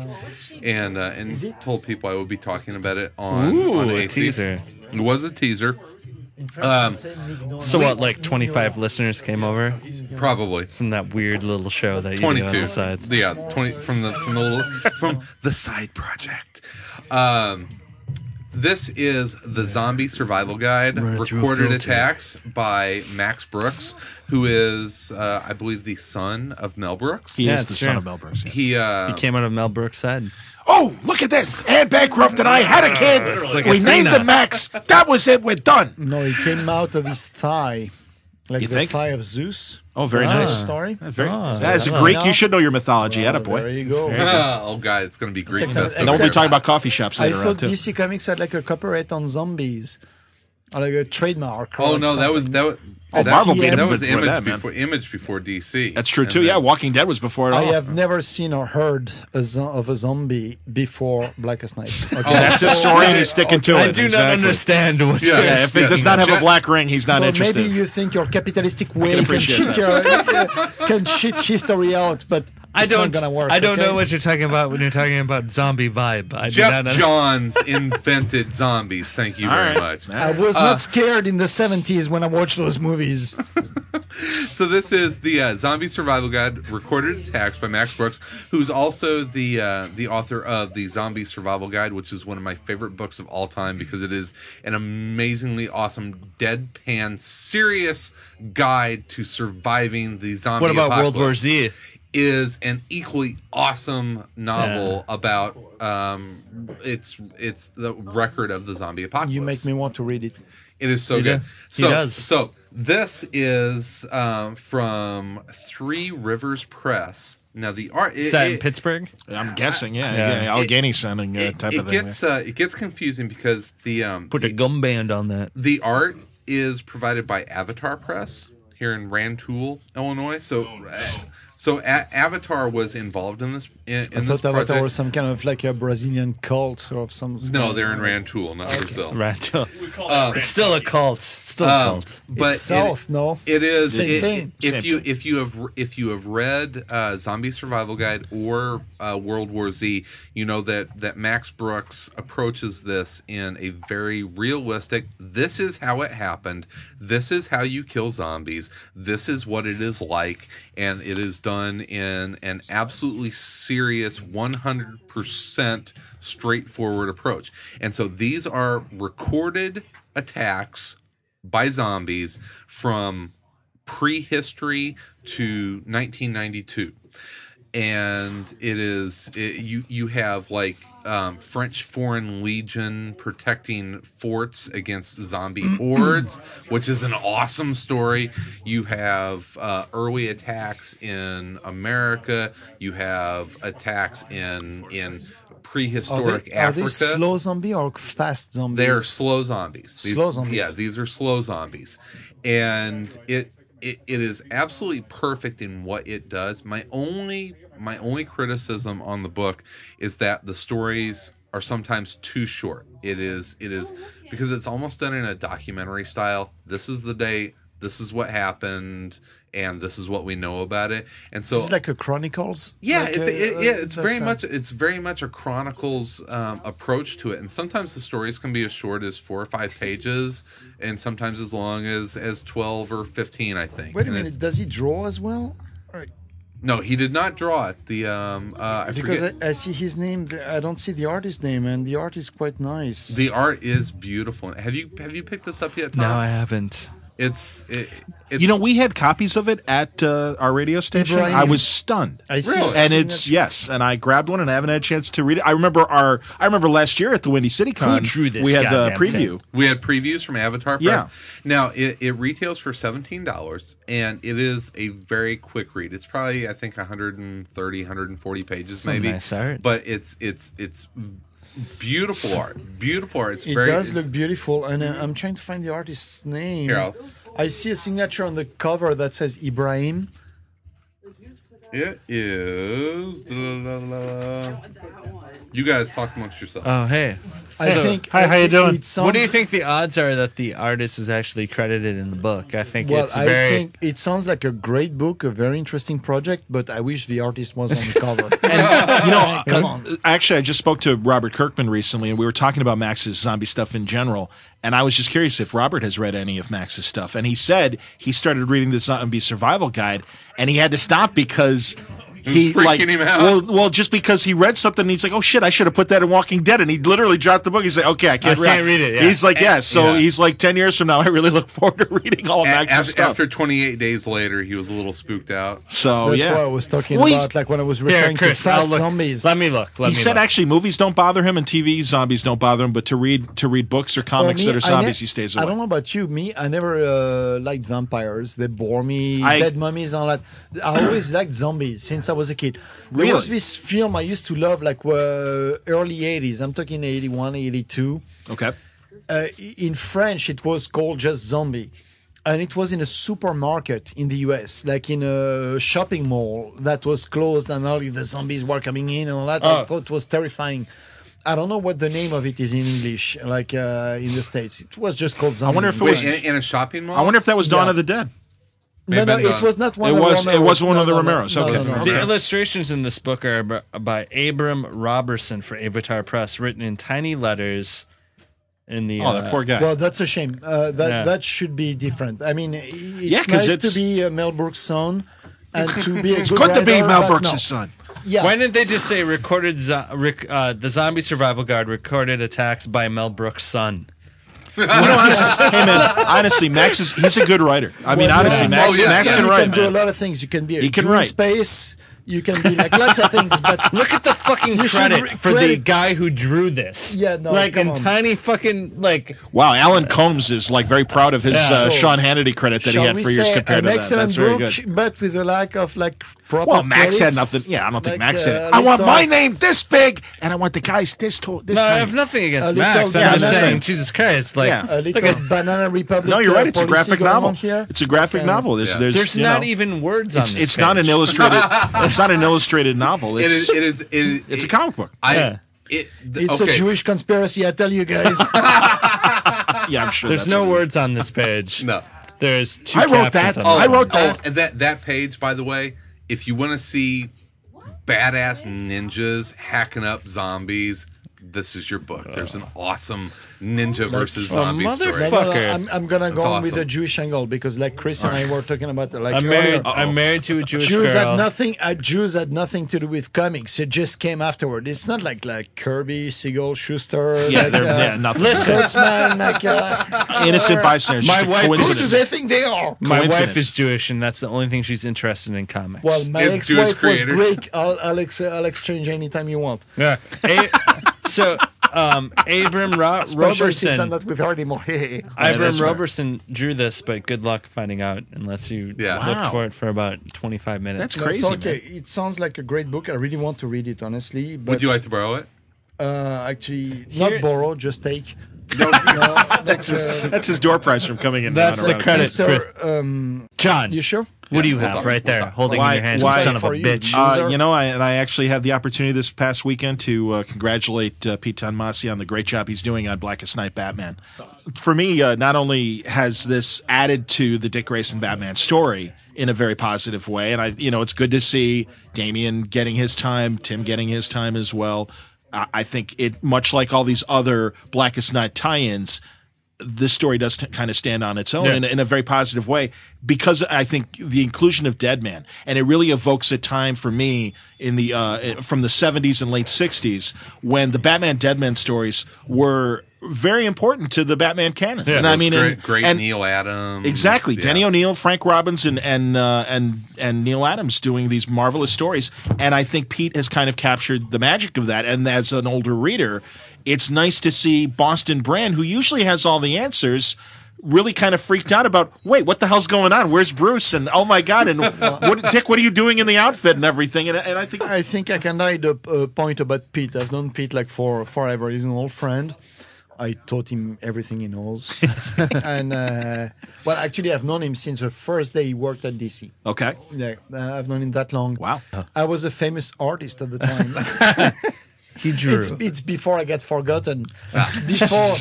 A: and uh, and told people I would be talking about it on
F: Ooh,
A: on
F: a
A: AC.
F: teaser.
A: It was a teaser, Um,
F: So what? Like twenty five listeners came over
A: probably
F: from that weird little show that you did on
A: 22
F: the side.
A: yeah 20 from the from the little from the side project um this is the zombie survival guide recorded attacks by max brooks who is uh, i believe the son of mel brooks
D: He
F: Yeah,
D: is the
F: it's
D: son
F: true.
D: of Mel Brooks. yeah.
A: he uh
F: Came out of Mel Brooks' head.
D: Oh, look at this. Ed Bancroft and I had a kid.
F: Uh, like
D: we
F: a
D: named
F: prenup.
D: him Max. That was it. We're done.
E: No, it came out of his thigh, like
D: You
E: the
D: think?
E: thigh of Zeus.
D: Oh, very
E: Remember
D: nice.
E: that story.
D: Very,
F: Ah.
D: As a
E: Yeah.
D: Greek, you should know your mythology.
E: Oh,
D: Atta
E: There
D: boy.
E: you go.
A: oh god it's gonna be greek
E: Except-
A: fest
D: And then we'll be
E: Except-
D: talking about coffee shops
E: I
D: later on,
E: thought
D: too.
E: DC Comics had like a copyright on zombies, or like a trademark. Or
A: oh
E: like
A: no that was
E: something.
A: that was
E: Oh,
A: that-
E: Marvel beat 'em
A: that was
D: before
A: image
D: that, man.
A: before image before dc
D: That's true,
A: And
D: too.
A: then-
D: Yeah, Walking Dead was before it
E: I
D: all.
E: have never seen or heard a zo- of a zombie before Blackest Night. Okay.
D: That's his story, and he's sticking to it.
F: I do
D: Exactly.
F: not understand what
A: Yeah,
F: you're
D: Yeah, if it does not have a
A: Jack-
D: black ring, he's not
E: so
D: interested.
E: maybe you think your capitalistic way can,
D: appreciate
E: shit your, can shit history out, but it's
F: I don't.
E: not gonna work.
F: I don't
E: okay?
F: know what you're talking about when you're talking about zombie vibe. I do
A: Jeff
F: not know.
A: Johns invented zombies. Thank you very much.
E: I was not scared in the 70s when I watched those movies.
A: So this is the uh, Zombie Survival Guide: Recorded Attacks by Max Brooks, who's also the uh, the author of the Zombie Survival Guide, which is one of my favorite books of all time because it is an amazingly awesome, deadpan, serious guide to surviving the zombie.
F: What about World War
A: apocalypse
F: Z?
A: is an equally awesome novel about um it's it's the record of the zombie apocalypse.
E: You make me want to read it.
A: It is so
F: He
A: good.
F: do- he
A: So,
F: does.
A: so this is um, from Three Rivers Press. Now the art it,
F: Is that in
A: it-
F: Pittsburgh?
D: I'm guessing, yeah,
F: Yeah.
D: yeah, Allegheny sounding uh,
A: it-
D: type
A: it
D: of thing.
A: gets uh, it gets confusing because the um,
F: Put a gum band on that.
A: the art is provided by Avatar Press here in Rantoul, Illinois. So. uh, So A- Avatar was involved in this. In, in
E: I
A: this
E: thought Avatar
A: project.
E: was some kind of like a Brazilian cult or some.
A: No, they're in Rantoul, not Brazil.
F: Right. it's still a cult. It's still a
A: Um,
F: cult.
A: but
E: It's South, no?
A: It is
E: Same
A: it-
E: thing.
A: If
D: Same
A: you if you have if you have read uh, Zombie Survival Guide or uh, World War Z, you know that that Max Brooks approaches this in a very realistic. This is how it happened. This is how you kill zombies. This is what it is like, and it is done in an absolutely serious, one hundred percent straightforward approach. And so these are recorded attacks by zombies from prehistory to 1992 and it is it, you you have like um, french foreign legion protecting forts against zombie hordes which is an awesome story you have uh, early attacks in america you have attacks in in
E: Are
A: prehistoric
E: they, are
A: africa
E: they slow zombie or fast zombies?
A: they're slow zombies. These-
E: Slow zombies.
A: Yeah, these are slow zombies, and it, it it is absolutely perfect in what it does. My only my only criticism on the book is that the stories are sometimes too short. It is it is because it's almost done in a documentary style. This is the day. This is what happened, and this is what we know about it. And so
E: Is it like a Chronicles?
A: yeah,
E: Like
A: it's,
E: a-
A: it, yeah, it's
E: uh, that
A: very
E: sound?
A: much it's very much a chronicles um, approach to it, and sometimes the stories can be as short as four or five pages, and sometimes as long as as twelve or fifteen, I think.
E: Wait a
A: And
E: minute,
A: it-
E: does he draw as well?
A: no, he did not draw it. The um, uh, I
E: Because
A: forget.
E: I, I see his name, th- I don't see the artist's name, and the art is quite nice.
A: the art is beautiful. Have you have you picked this up yet? Tom?
F: No, I haven't.
A: It's it, it's
D: You know, we had copies of it at uh, our radio station.
E: Brian.
D: I was stunned.
E: I see.
A: Really?
E: I've
D: and
E: seen
D: it's
E: it.
D: yes, and I grabbed one and I haven't had a chance to read it. I remember our I remember last year at the Windy City Con
F: drew this
D: we had the
F: goddamn
D: preview.
A: We had previews from Avatar Press.
D: Yeah.
A: Now it, it retails for seventeen dollars and it is a very quick read. It's probably I think 130, 140 pages maybe.
F: nice art.
A: But it's it's it's beautiful art. Beautiful art. It's
E: It
A: very Mm-hmm.
E: does look beautiful, and uh, I'm trying to find the artist's name.
A: Here, I'll-
E: I see a signature on the cover that says Ibrahim.
A: it is la, la, la, la. You guys talk amongst yourselves.
F: Oh, hey.
E: I think.
I: Hi, how you
E: it-
I: doing?
E: It sounds,
F: What do you think the odds are that the artist is actually credited in the book? I think
E: Well,
F: it's
E: I
F: very.
E: think it sounds like a great book, a very interesting project, but I wish the artist was on the cover.
D: you know,
E: Come
D: uh,
E: on.
D: actually, I just spoke to Robert Kirkman recently, and we were talking about Max's zombie stuff in general. And I was just curious if Robert has read any of Max's stuff. And he said he started reading the zombie survival guide, and he had to stop because. He
A: Freaking
D: like
A: him out.
D: well, well, just because he read something, and he's like, "Oh shit, I should have put that in Walking Dead," and he literally dropped the book. He's like, "Okay, I can't,
F: I can't read it, yeah.
D: He's like, "Yeah." So
A: yeah.
D: he's like, 10 years from now, I really look forward to reading all of
A: A-
D: Max's
A: af-
D: stuff."
A: after 28 days later, he was a little spooked out.
D: so
E: That's
D: oh, yeah,
E: what I was talking
D: Well, he's-
E: about, like when I was
F: Here,
E: referring
F: Chris,
E: to
F: I'll
E: fast
F: look.
E: zombies.
F: Let me look. Let
D: he
F: me
D: said
F: look.
D: actually movies don't bother him and TV zombies don't bother him, but to read to read books or
E: For
D: comics
E: me,
D: that are
E: I
D: zombies,
E: ne-
D: he stays
E: I don't
D: away.
E: know about you. Me, I never uh, liked vampires. They bore me.
D: I-
E: Dead mummies and all that. I always liked zombies since I was a kid. There
D: Really?
E: was this film I used to love, like uh, early 80s. I'm talking 81, 82
D: Okay.
E: uh, in French, it was called just zombie. And it was in a supermarket in the US, like in a shopping mall that was closed and all the zombies were coming in and all that.
D: Ah.
E: I thought it was terrifying. I don't know what the name of it is in English, like uh, in the States. It was just called zombie.
D: wonder if it
E: in
A: Wait,
D: was-
E: French.
A: in, in a shopping mall?
D: I wonder if that was Dawn
E: Yeah.
D: of the Dead.
A: May
E: No,
A: have
E: no,
A: been
E: it
A: done.
E: was not one
D: It
E: of
D: was-
E: the Romeros.
D: it was one
E: No,
D: of the
E: no, no.
D: Romeros.
E: No,
D: Okay.
E: no, no.
D: Okay.
F: The illustrations in this book are b- by Abram Robertson for Avatar Press, written in tiny letters. In the
D: Oh,
F: uh,
D: that poor guy.
E: Well, that's a shame. Uh, that
F: Yeah.
E: that should be different. I mean, i-
D: Yeah,
E: it's
D: 'cause
E: nice
D: it's-
E: to be a Mel Brooks' son and to be a
D: it's
E: good
D: good to be
E: writer,
D: Mel
E: but
D: Brooks'
E: no.
D: son.
E: Yeah.
F: Why didn't they just say recorded zo- rec- uh, the zombie survival guard recorded attacks by Mel Brooks' son?
D: You know, honest- hey, man, honestly, Max is he's a good writer. I mean,
E: Well,
D: honestly,
E: yeah.
D: Max
A: Oh, yes.
D: Max
A: Yeah,
D: can
E: you
D: write.
E: can do a
D: man.
E: lot of things. You can be a
D: He can
E: Jew in
D: write.
E: space. You can be like lots of things, but
F: Look at the fucking
E: You should
F: credit
E: re-
F: for the
E: credit-
F: guy who drew this.
E: Yeah, no,
F: like
E: come
F: in
E: on.
F: tiny fucking like
D: Wow, Alan Combs is like very proud of his uh,
E: So-
D: Sean Hannity credit that he
E: shall
D: had
E: we
D: for years
E: say an
D: compared to that.
E: excellent
D: That's very
E: book,
D: good.
E: but with a lack of like proper.
D: Well, Max had
E: credits,
D: nothing. Yeah, I don't think
E: like,
D: Max had.
E: uh,
D: it. I want
E: little-
D: my name this big, and I want the guys this to- this
F: no, Uh, I
D: time.
F: have nothing
E: A
F: against
E: little
F: Max.
E: yeah,
F: I'm just
D: no, no.
F: saying, Jesus Christ, like
D: Yeah.
E: A little banana republic.
D: No, you're
E: uh,
D: right. It's a
E: policy
D: graphic
E: going on
D: novel.
E: here.
D: It's a graphic
E: Yeah.
D: novel. There's,
A: Yeah.
D: there's,
F: there's
D: you
F: not
D: know,
F: even words on
D: It's
F: this
D: it's not an
F: page.
D: illustrated. it's not an illustrated novel.
A: It
D: It's
A: is. It is. It,
D: it's a
A: it-
D: comic book.
A: I.
F: Yeah.
A: It, th-
E: It's
A: okay.
E: a Jewish conspiracy. I tell you guys.
D: Yeah, I'm sure.
F: There's
D: that's
F: no
D: it.
F: words on this page.
A: No.
F: There's two
D: I wrote
F: captions
D: that.
F: on
D: I
F: it.
D: wrote that.
A: and Oh, that that page, by the way, if you want to see badass ninjas hacking up zombies, this is your book. There's an awesome ninja versus zombie
E: No,
A: story.
E: no, no,
F: Fucker.
E: uh, I'm, I'm gonna go
A: That's
E: on with
A: awesome.
E: the Jewish angle because, like Chris and I were talking about, it, like
F: I'm
E: earlier.
F: married. I'm married to a Jewish
E: Jews
F: girl.
E: had nothing. Uh, Jews had nothing to do with comics. It just came afterward. It's not like like Kirby, Siegel, Schuster.
D: Yeah,
E: like,
D: they're,
E: uh,
D: yeah, nothing.
F: Listen,
E: Kurtzman, like, uh,
D: innocent bystanders.
F: My
D: just a
F: wife is-
E: who do
D: coincidence.
E: they think they are?
F: my wife
D: coincidence.
F: is Jewish, and that's the only thing she's interested in comics.
E: Well, my
A: It's Jewish
E: ex-wife was
A: creators.
E: Greek. I'll, I'll, ex- I'll exchange anytime you want.
F: Yeah. A- so, um, Abram Ro-
E: Especially since
F: Robertson.
E: I'm not with her anymore.
F: Abram
D: that's fair.
F: Robertson drew this, but good luck finding out unless you
A: Yeah.
F: look
D: Wow.
F: for it for about 25 minutes.
D: That's
E: No, it's
D: crazy.
E: okay. It sounds like a great book. I really want to read it, honestly. But
A: Would you like to borrow it?
E: uh, actually
F: Here-
E: not borrow, just take.
A: No,
E: That's
D: Man. That's his door prize from coming in.
F: That's
D: and
F: the
D: out around.
F: credit for
E: um,
F: John.
E: you sure?
F: What do you
A: we'll
F: have
A: talk-
F: right
A: we'll
F: there,
A: talk.
F: holding in
D: Why-
F: your hands,
D: why-
F: you son of a
E: For you.
F: bitch?
D: Uh,
E: Loser.
D: you know, I, and I actually had the opportunity this past weekend to uh, congratulate uh, Pete Tanmasi on the great job he's doing on Blackest Night Batman. For me, uh, not only has this added to the Dick Grayson Batman story in a very positive way, and I, you know, it's good to see Damian getting his time, Tim getting his time as well. I, I think it, much like all these other Blackest Night tie-ins, this story does t- kind of stand on its own in, in a very positive way because I think the inclusion of Deadman and it really evokes a time for me in the uh, from the 70s and late 60s when the Batman Deadman stories were very important to the Batman canon. and I mean,
A: great,
D: and-
A: great
D: and-
A: Neil Adams.
D: Exactly,
A: yeah.
D: Denny O'Neill, Frank Robbins, and and uh, and and Neil Adams doing these marvelous stories, and I think Pete has kind of captured the magic of that. And as an older reader, it's nice to see Boston Brand, who usually has all the answers. Really, kind of freaked out about. Wait, what the hell's going on? Where's Bruce? And oh my god! And what, Dick, what are you doing in the outfit and everything? And, and I think
E: I think I can hide a, a point about Pete. I've known Pete like for forever. He's an old friend. I taught him everything he knows, and uh, well, actually, I've known him since the first day he worked at DC.
D: okay,
E: Yeah, uh, I've known him that long.
D: Wow.
E: I was a famous artist at the time.
F: He drew. Ah.
E: It's, it's before I get forgotten. Before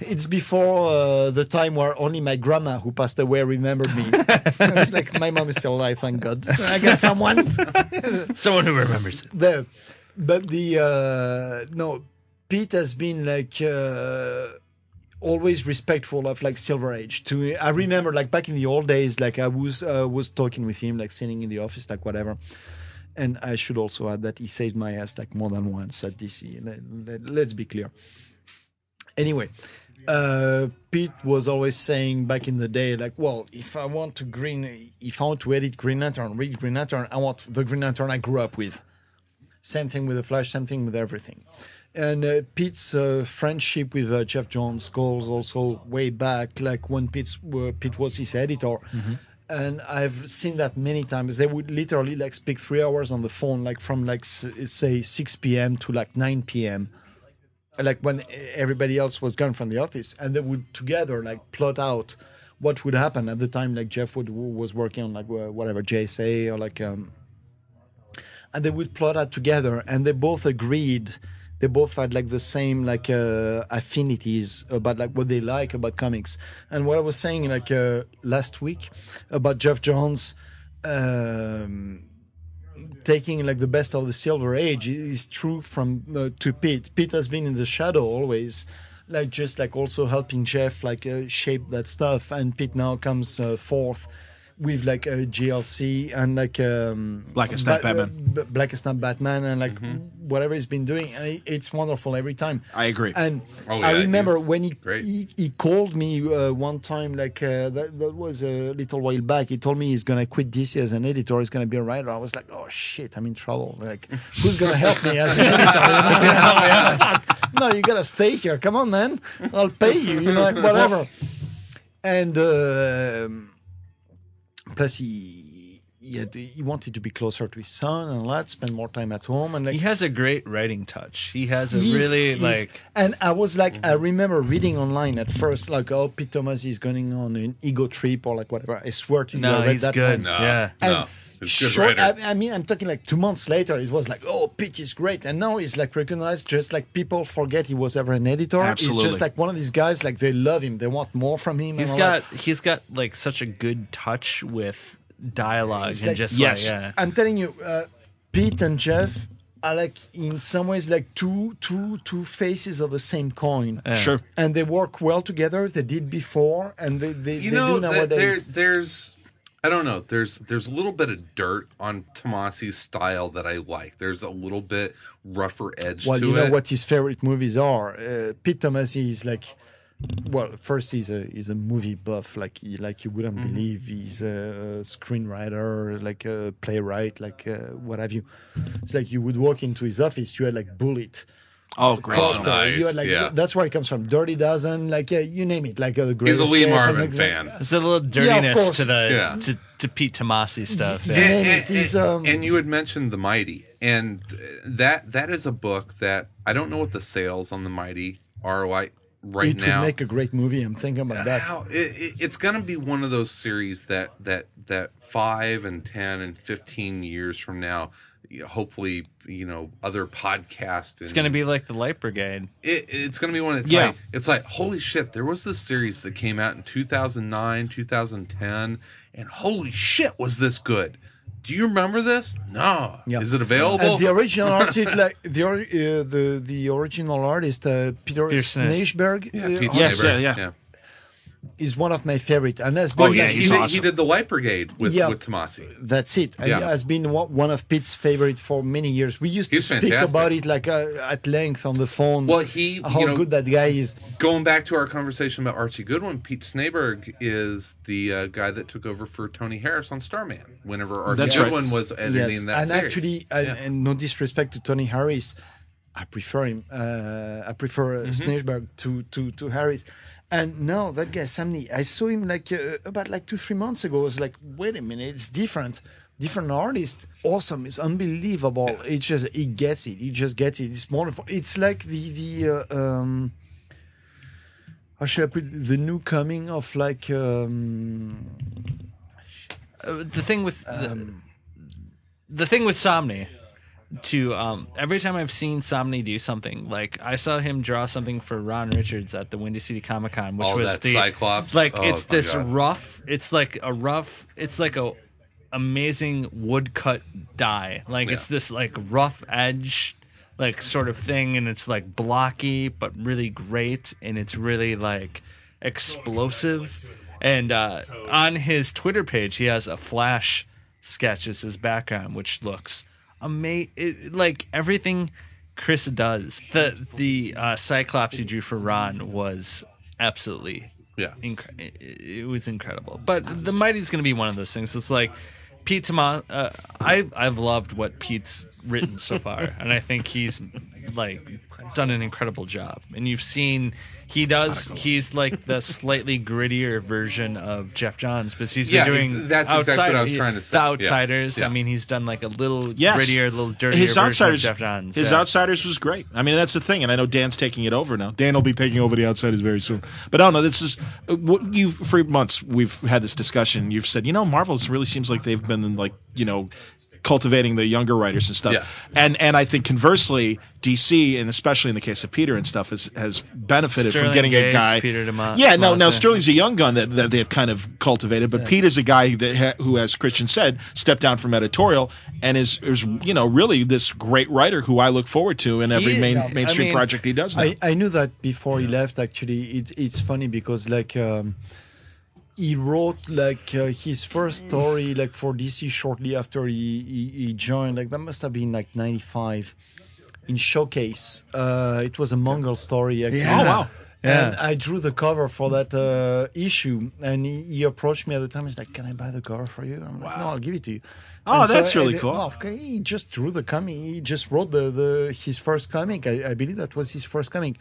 E: it's before uh, the time where only my grandma, who passed away, remembered me. it's like my mom is still alive, thank God. I got someone.
F: Someone who remembers it.
E: the but the uh no pete has been like uh always respectful of like silver age to i remember like back in the old days like i was uh, was talking with him like sitting in the office like whatever and i should also add that he saved my ass like more than once at dc let, let, us be clear anyway uh pete was always saying back in the day like well if i want to green if i want to edit green lantern read green lantern i want the green lantern i grew up with same thing with the Flash, same thing with everything. And uh, Pete's uh, friendship with uh, Jeff Johns goes also way back, like when Pete's, were Pete was his editor. And I've seen that many times. They would literally like speak three hours on the phone, like from like s- say 6 p.m. to like 9 p.m. Like when everybody else was gone from the office, and they would together like plot out what would happen at the time. Like Jeff would was working on like wh- whatever JSA or like um, and they would plot out together and they both agreed they both had like the same like uh, affinities about like what they like about comics and what i was saying like uh, last week about jeff johns um, taking like the best of the silver age i- is true from uh, to pete pete has been in the shadow always like just like also helping jeff like uh, shape that stuff and pete now comes uh, forth with like a glc and like um
D: Blackest Night Batman.
E: B- Blackest Night Batman and like
A: Mm-hmm.
E: whatever he's been doing, and it, it's wonderful every time.
D: I agree.
E: And
A: Oh,
E: I
A: yeah,
E: remember
A: he's
E: when he,
A: great.
E: he he called me uh, one time, like uh, that, that was a little while back. He told me he's gonna quit DC as an editor. He's gonna be a writer. I was like, oh shit, I'm in trouble. Like, who's gonna help me as an editor? You know? Fuck. no, you gotta stay here. Come on, man. I'll pay you. You know, like whatever. And. um plus he he, had, he wanted to be closer to his son and all that, spend more time at home and like
F: He has a great writing touch. He has a
E: he's-
F: really
E: he's-
F: like Mhm.
E: and I was like I remember reading online at first like oh Pete Thomas is going on an ego trip or like whatever I swear to you I
F: no,
E: read
F: he's
E: that
F: good.
E: once.
A: No,
F: Yeah.
A: no.
E: And
A: It's a good
E: short-
A: writer.
E: I, I mean, I'm talking like two months later. It was like, oh, Pete is great, and now he's like recognized. Just like people forget he was ever an editor.
D: Absolutely.
E: He's just like one of these guys. Like they love him. They want more from him.
F: He's
E: and all
F: got
E: that.
F: he's got like such a good touch with dialogue
E: He's
F: and
E: like-
F: just
D: Yes.
F: like yeah.
E: I'm telling you, uh, Pete and Jeff are like in some ways like two two two faces of the same coin.
D: Sure.
E: And they work well together. They did before, and they they,
A: you
E: they
A: know
E: do
A: th- there,
E: nowadays.
A: there's i don't know there's there's a little bit of dirt on tomasi's style that i like there's a little bit rougher edge
E: Well,
A: to
E: you know
A: it
E: what his favorite movies are. Uh, Pete Tomasi is like, well, first he's a he's a movie buff, like he, like you wouldn't believe. He's a screenwriter, like a playwright, like uh, what have you. It's like you would walk into his office, you had like Bullet,
D: Oh, great.
A: Oh,
E: poster.
A: nice.
E: You had, like,
A: Yeah.
E: That's where it comes from. Dirty Dozen, like yeah, you name it, like uh, the
A: he's
E: greatest.
A: a lee
E: Escape,
A: marvin
E: like,
A: fan
F: There's a little dirtiness
E: course.
F: to the
A: Yeah.
F: to, to Pete Tomasi stuff.
E: Yeah.
F: Yeah.
E: And
A: and,
E: it is, um,
A: Eh, and you had mentioned the mighty and that that is a book that i don't know what the sales on the mighty are like right
E: It
A: now
E: would make a great movie. I'm thinking about that.
A: How- it- it- it's going to be one of those series that that that five and ten and fifteen years from now, you know, hopefully, you know, other podcasts.
F: It's gonna be like the Light Brigade.
A: It, it's going to be one. It's
D: Yeah.
A: like it's like holy shit. There was this series that came out in 2009, 2010, and holy shit, was this good? Do you remember this? No.
E: Yeah.
A: Is it available?
E: And Uh, the original artist, like the ori- uh, the the original artist, uh, Peter
F: Peter Snitch.
E: Schneisberg,
A: yeah,
E: uh,
A: Pete
D: Yes,
A: Saber.
D: yeah, Oh, yeah.
E: is one of my favorite, and has been
A: Oh yeah,
E: like,
A: he,
D: he's
A: did, he
D: awesome.
A: did the White Brigade with
E: Yeah.
A: with Tomasi.
E: that's it. And
A: Yeah.
E: it has been one one of Pete's favorite for many years. We used
A: He's
E: to speak
A: fantastic.
E: about it like uh, at length on the phone.
A: Well, he,
E: how
A: you know,
E: good that guy is.
A: going back to our conversation about Archie Goodwin, Pete Snaberg is the uh, guy that took over for Tony Harris on Starman. Whenever Archie
D: That's
A: Goodwin
D: right.
A: was editing that
E: and
A: series.
E: actually, uh, and,
A: Yeah.
E: and no disrespect to Tony Harris, I prefer him. Uh, I prefer
A: Mm-hmm.
E: uh, Schneisberg to to to Harris. And no, that guy Samney, I saw him like uh, about like two three months ago. I was like, wait a minute, it's different, different artist. Awesome, it's unbelievable. It just he gets it. He just gets it. It's wonderful. It's like the the. Uh, um, how should I put it? the new coming of like um,
F: Uh, the thing with the, the thing with Somni to um, every time I've seen Somni do something, like I saw him draw something for Ron Richards at the Windy City Comic Con, which
A: Oh,
F: was
A: that
F: the
A: Cyclops.
F: Like
A: Oh,
F: it's
A: my
F: this
A: God.
F: rough. It's like a rough. It's like a amazing woodcut die. Like it's
A: Yeah.
F: this like rough edge, like sort of thing, and it's like blocky but really great, and it's really like explosive. And uh, on his Twitter page, he has a flash sketch as his background, which looks amazing. Like everything Chris does, the the uh, Cyclops he drew for Ron was absolutely
A: Yeah.
F: Incre- it- it was incredible. But the Mighty's going to be one of those things. It's like Pete Tomas. Uh, I I've loved what Pete's written so far, and I think he's like done an incredible job. And you've seen he does. He's like the slightly grittier version of Jeff Johns, but he's been
A: Yeah,
F: doing
A: ex- that's exactly what I was
F: Outsiders-
A: trying to say.
F: The
A: Yeah.
F: Outsiders.
A: Yeah.
F: I mean, he's done like a little
D: Yes.
F: grittier, little dirtier
D: his
F: version
D: outsiders,
F: of Jeff Johns.
D: his
F: yeah.
D: outsiders was great. I mean, that's the thing, and I know Dan's taking it over now. Dan will be taking over the outsiders very soon. But I don't know. This is uh, what you for months we've had this discussion. You've said, you know, Marvel's really seems like they've been like you know cultivating the younger writers and stuff.
A: Yes.
D: And and I think conversely, DC and especially in the case of Peter and stuff has has benefited
F: Sterling
D: from getting a
F: Gates,
D: guy.
F: Peter DeMo-
D: yeah. No. Now
F: Tomasa.
D: Sterling's a young gun that, that they've kind of cultivated, but Pete is a guy that ha- who, as Christian said, stepped down from editorial and is is you know really this great writer who I look forward to in every
F: is-
D: main,
F: I
D: mainstream
F: mean-
D: project he does. Now.
E: I, I knew that before he left. Actually, it, it's funny because like um, he wrote like uh, his first story like for DC shortly after he, he, he joined. Like that must have been like ninety five in Showcase. Uh, it was a Mongol story. Actually.
D: Yeah. Oh, wow.
E: And I drew the cover for that uh, issue, and he, he approached me at the time. He's like, "Can I buy the cover for you?" I'm like, "No, I'll give it to you."
D: Oh, that's really
E: and- uh,
D: cool.
E: no, of course, he just drew the comic. He just wrote the, the his first comic. I, I believe that was his first comic.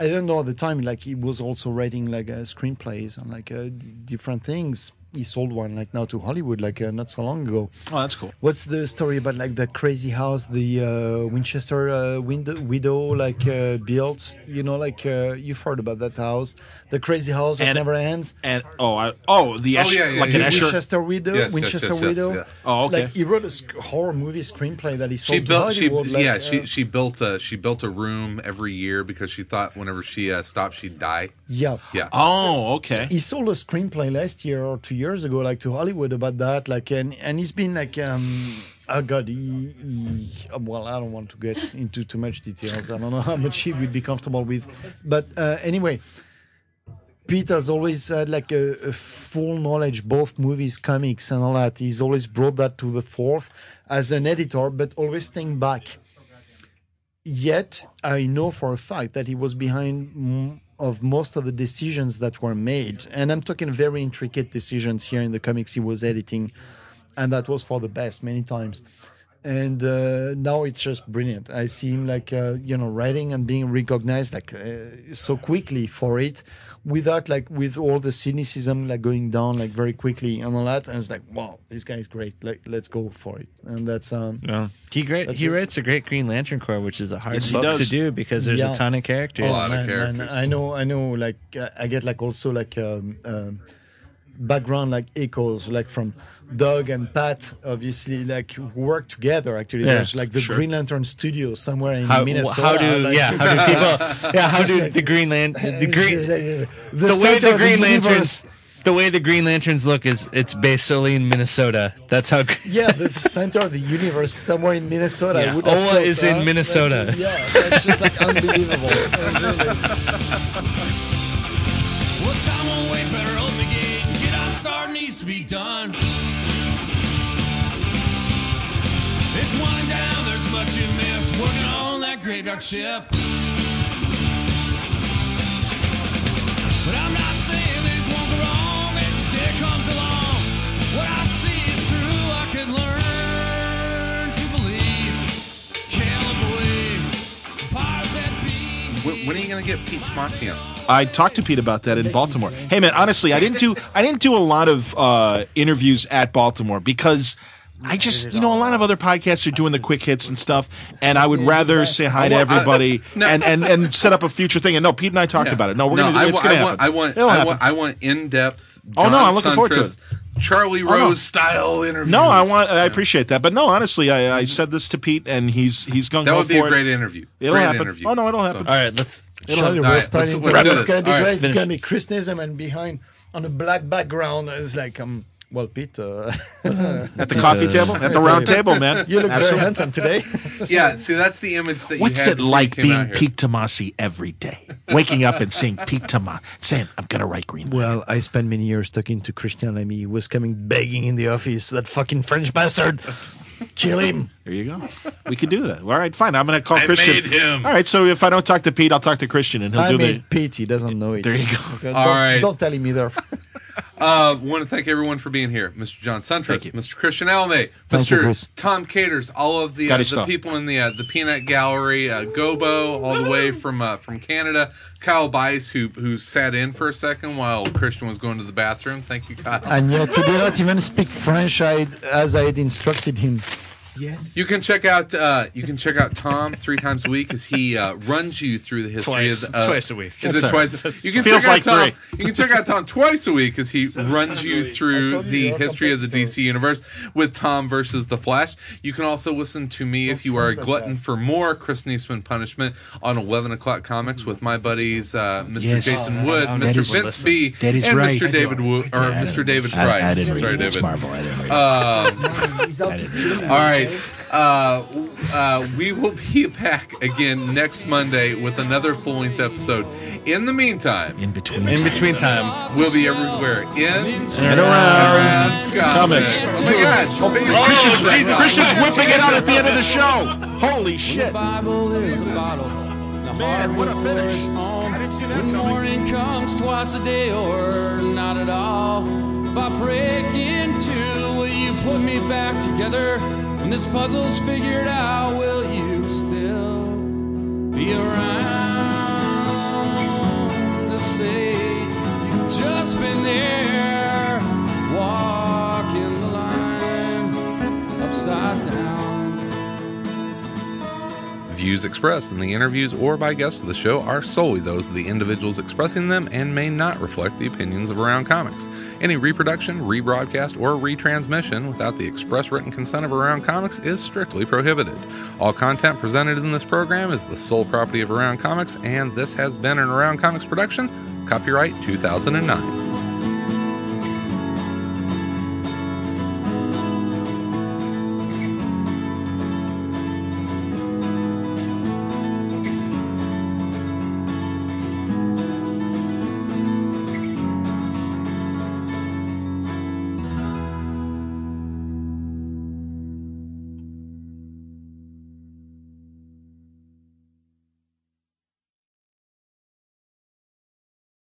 E: I don't know at the time. Like he was also writing like uh, screenplays and like uh, d- different things. He sold one like now to Hollywood like uh, not so long ago.
D: oh, that's cool.
E: What's the story about like that crazy house the uh, Winchester uh, wind- widow like uh, built? You know, like uh, you've heard about that house, the crazy house that
D: And-
E: never ends.
D: And oh, I, oh, the Escher,
A: yeah, yeah,
D: like
A: yeah.
D: an Escher.
E: Winchester widow,
A: Yes, yes,
E: Winchester
A: yes, yes,
E: widow.
A: yes.
D: Oh, okay.
E: Like he wrote a sc- horror movie screenplay that he sold
A: She
E: to
A: built. She,
E: Hollywood. like,
A: yeah,
E: uh,
A: she she built a she built a room every year because she thought whenever she uh, stopped she'd die.
E: yeah.
A: Yeah.
D: Oh, okay.
E: He sold a screenplay last year or two years ago, like to Hollywood about that. Like, and and he's been like, um, oh god, he, he, um, well, I don't want to get into too much details. I don't know how much he would be comfortable with, but uh, anyway, Pete has always had like a, a full knowledge, both movies, comics, and all that. He's always brought that to the fourth as an editor, but always staying back. Yet I know for a fact that he was behind m- of most of the decisions that were made, and I'm talking very intricate decisions here in the comics he was editing, and that was for the best many times. And uh, now it's just brilliant. I see him like uh, you know writing and being recognized like uh, so quickly for it, without like with all the cynicism like going down like very quickly and all that. And it's like wow, this guy is great. Like let's go for it. And that's um,
F: Yeah. He great. he writes a great Green Lantern Corps, which is a hard
D: Yes, he
F: book
D: does.
F: to do because there's
E: Yeah.
F: a ton of characters.
A: lot of
E: man, man,
A: characters.
E: I know, I know. Like uh, I get like also like um, um, background like echoes like from Doug and Pat. Obviously, like who work together. Actually,
F: Yeah,
E: there's like the Green Lantern studio somewhere in
F: how,
E: Minnesota.
F: how do
E: like-
F: yeah? How do people? Yeah, how do
E: like-
F: the Green Lantern? The Green. The,
E: the,
F: way
E: center
F: the
E: of
F: Green
E: universe.
F: Lanterns. The way the Green Lanterns look is it's based solely in Minnesota. That's how.
E: Yeah, the center of the universe, somewhere in Minnesota. I
F: Yeah,
E: would have
F: Ola
E: thought,
F: is in
E: huh?
F: Minnesota.
E: Like, yeah, that's just like unbelievable. Really.
B: Well, time won't wait, better open the gate. Get out, start needs to be done. It's winding down, there's much you miss. Working on that graveyard shift. But I'm not saying these won't go wrong. As day comes along, what I see is true. I can learn to believe. Can't believe. Powers that be.
A: When, when are you gonna get Pete Tomasi on?
D: I talked to Pete about that in Baltimore. Hey man, honestly, I didn't do I didn't do a lot of uh, interviews at Baltimore because I just you know a lot of other podcasts are doing the quick hits and stuff, and I would rather say hi to everybody
A: uh, no.
D: and, and and set up a future thing. And no, Pete and I talked about it. No, we're gonna
A: I,
D: it's
A: wa-
D: gonna
A: I
D: happen.
A: want I want
D: It'll
A: I
D: happen.
A: want I want in depth.
D: Oh, no, I'm looking forward to it.
A: Charlie Rose style interview.
D: No, I want. I appreciate that, but no, honestly, I, I said this to Pete, and he's he's gonna
A: That
D: go
A: would be
D: for
A: a
D: it.
A: great interview.
D: It'll
A: great
D: happen.
A: interview.
D: Oh no, it'll happen.
F: All right, let's.
E: Charlie
A: All right,
E: Rose
A: let's-
E: starting
A: let's do it.
E: to- It's gonna be
A: All right,
E: great. It's gonna be Chris Nism and behind on a black background. It's like um. Well, Pete, uh,
D: At the coffee table, at the round table, man.
E: you look very
D: Absolutely.
E: handsome today.
A: Yeah, see, that's the image that
I: What's
A: you
I: it
A: had before you
I: like
A: came out
I: being
A: here.
I: Pete Tomasi every day? Waking up and seeing Pete Tomasi. Sam, I'm going to write Green Lantern.
E: Well, I spent many years talking to Christian Lamy. He was coming begging in the office, that fucking French bastard. Kill him.
D: There you go. We could do that. All right, fine. I'm going to call
A: I
D: Christian.
A: made him.
D: All right, so if I don't talk to Pete, I'll talk to Christian, and he'll
E: I
D: do
E: made Pete. He doesn't know it.
D: There you go.
E: Okay, don't,
A: All right.
E: don't tell him either.
A: Uh, want to thank everyone for being here, Mr. John Suntress,
D: you.
A: Mr. Christian Alme,
E: Thank you,
A: Mr.
E: Chris.
A: Tom Caters, all of the uh,
D: Got it,
A: the
D: stop.
A: people in the uh, the Peanut Gallery, uh, Gobo, all the way from uh, from Canada, Kyle Bice, who who sat in for a second while Christian was going to the bathroom. Thank you, Kyle.
E: and yet he did not even speak French I, as I had instructed him.
A: You can check out uh, you can check out Tom three times a week as he uh, runs you through the history
F: Twice.
A: of the, uh,
F: Twice a week.
A: Is it twice? You can
D: Feels
A: check out
D: like
A: Tom.
D: three.
A: You can check out Tom twice a week as he runs you through
E: told you
A: the
E: they are
A: history of the
E: competitors.
A: DC universe with Tom versus the Flash. You can also listen to me if you are a
E: choose that
A: glutton
E: guy.
A: for more Chris Niesman punishment on eleven o'clock comics with my buddies uh, Mr.
I: Yes.
A: Jason Wood,
F: Oh, that
A: Mr.
F: is-
A: Vince B,
I: that is
A: and
I: right.
A: Mr. David Wood or
I: I
A: Mr.
I: didn't-
A: David
I: I- I,
A: Price.
I: didn't read
A: Sorry,
I: it. It's
A: David. Uh,
I: Marvel. I didn't read it.
E: He's out
I: didn't
E: killing
A: All right. Uh, uh, we will be back again next Monday with another full length episode. In the meantime,
I: in between.
F: In between time,
A: we'll be everywhere in
D: Get around.
A: Around
D: Comics.
A: Oh my God.
D: Christian's,
A: Oh, Jesus.
D: Christian's whipping it out at the end of the show. Holy shit.
B: Bible is a bottle. The
D: Man, what a
B: hardwood floor
D: finish.
B: is on.
D: I didn't see that
B: When
D: coming.
B: morning comes twice a day or not at all. If I break into, will you put me back together? When this puzzle's figured out, will you still be around to say you've just been there, walking the line upside down?
A: Views expressed in the interviews or by guests of the show are solely those of the individuals expressing them and may not reflect the opinions of Around Comics. Any reproduction, rebroadcast, or retransmission without the express written consent of Around Comics is strictly prohibited. All content presented in this program is the sole property of Around Comics, and this has been an Around Comics production, copyright 2009.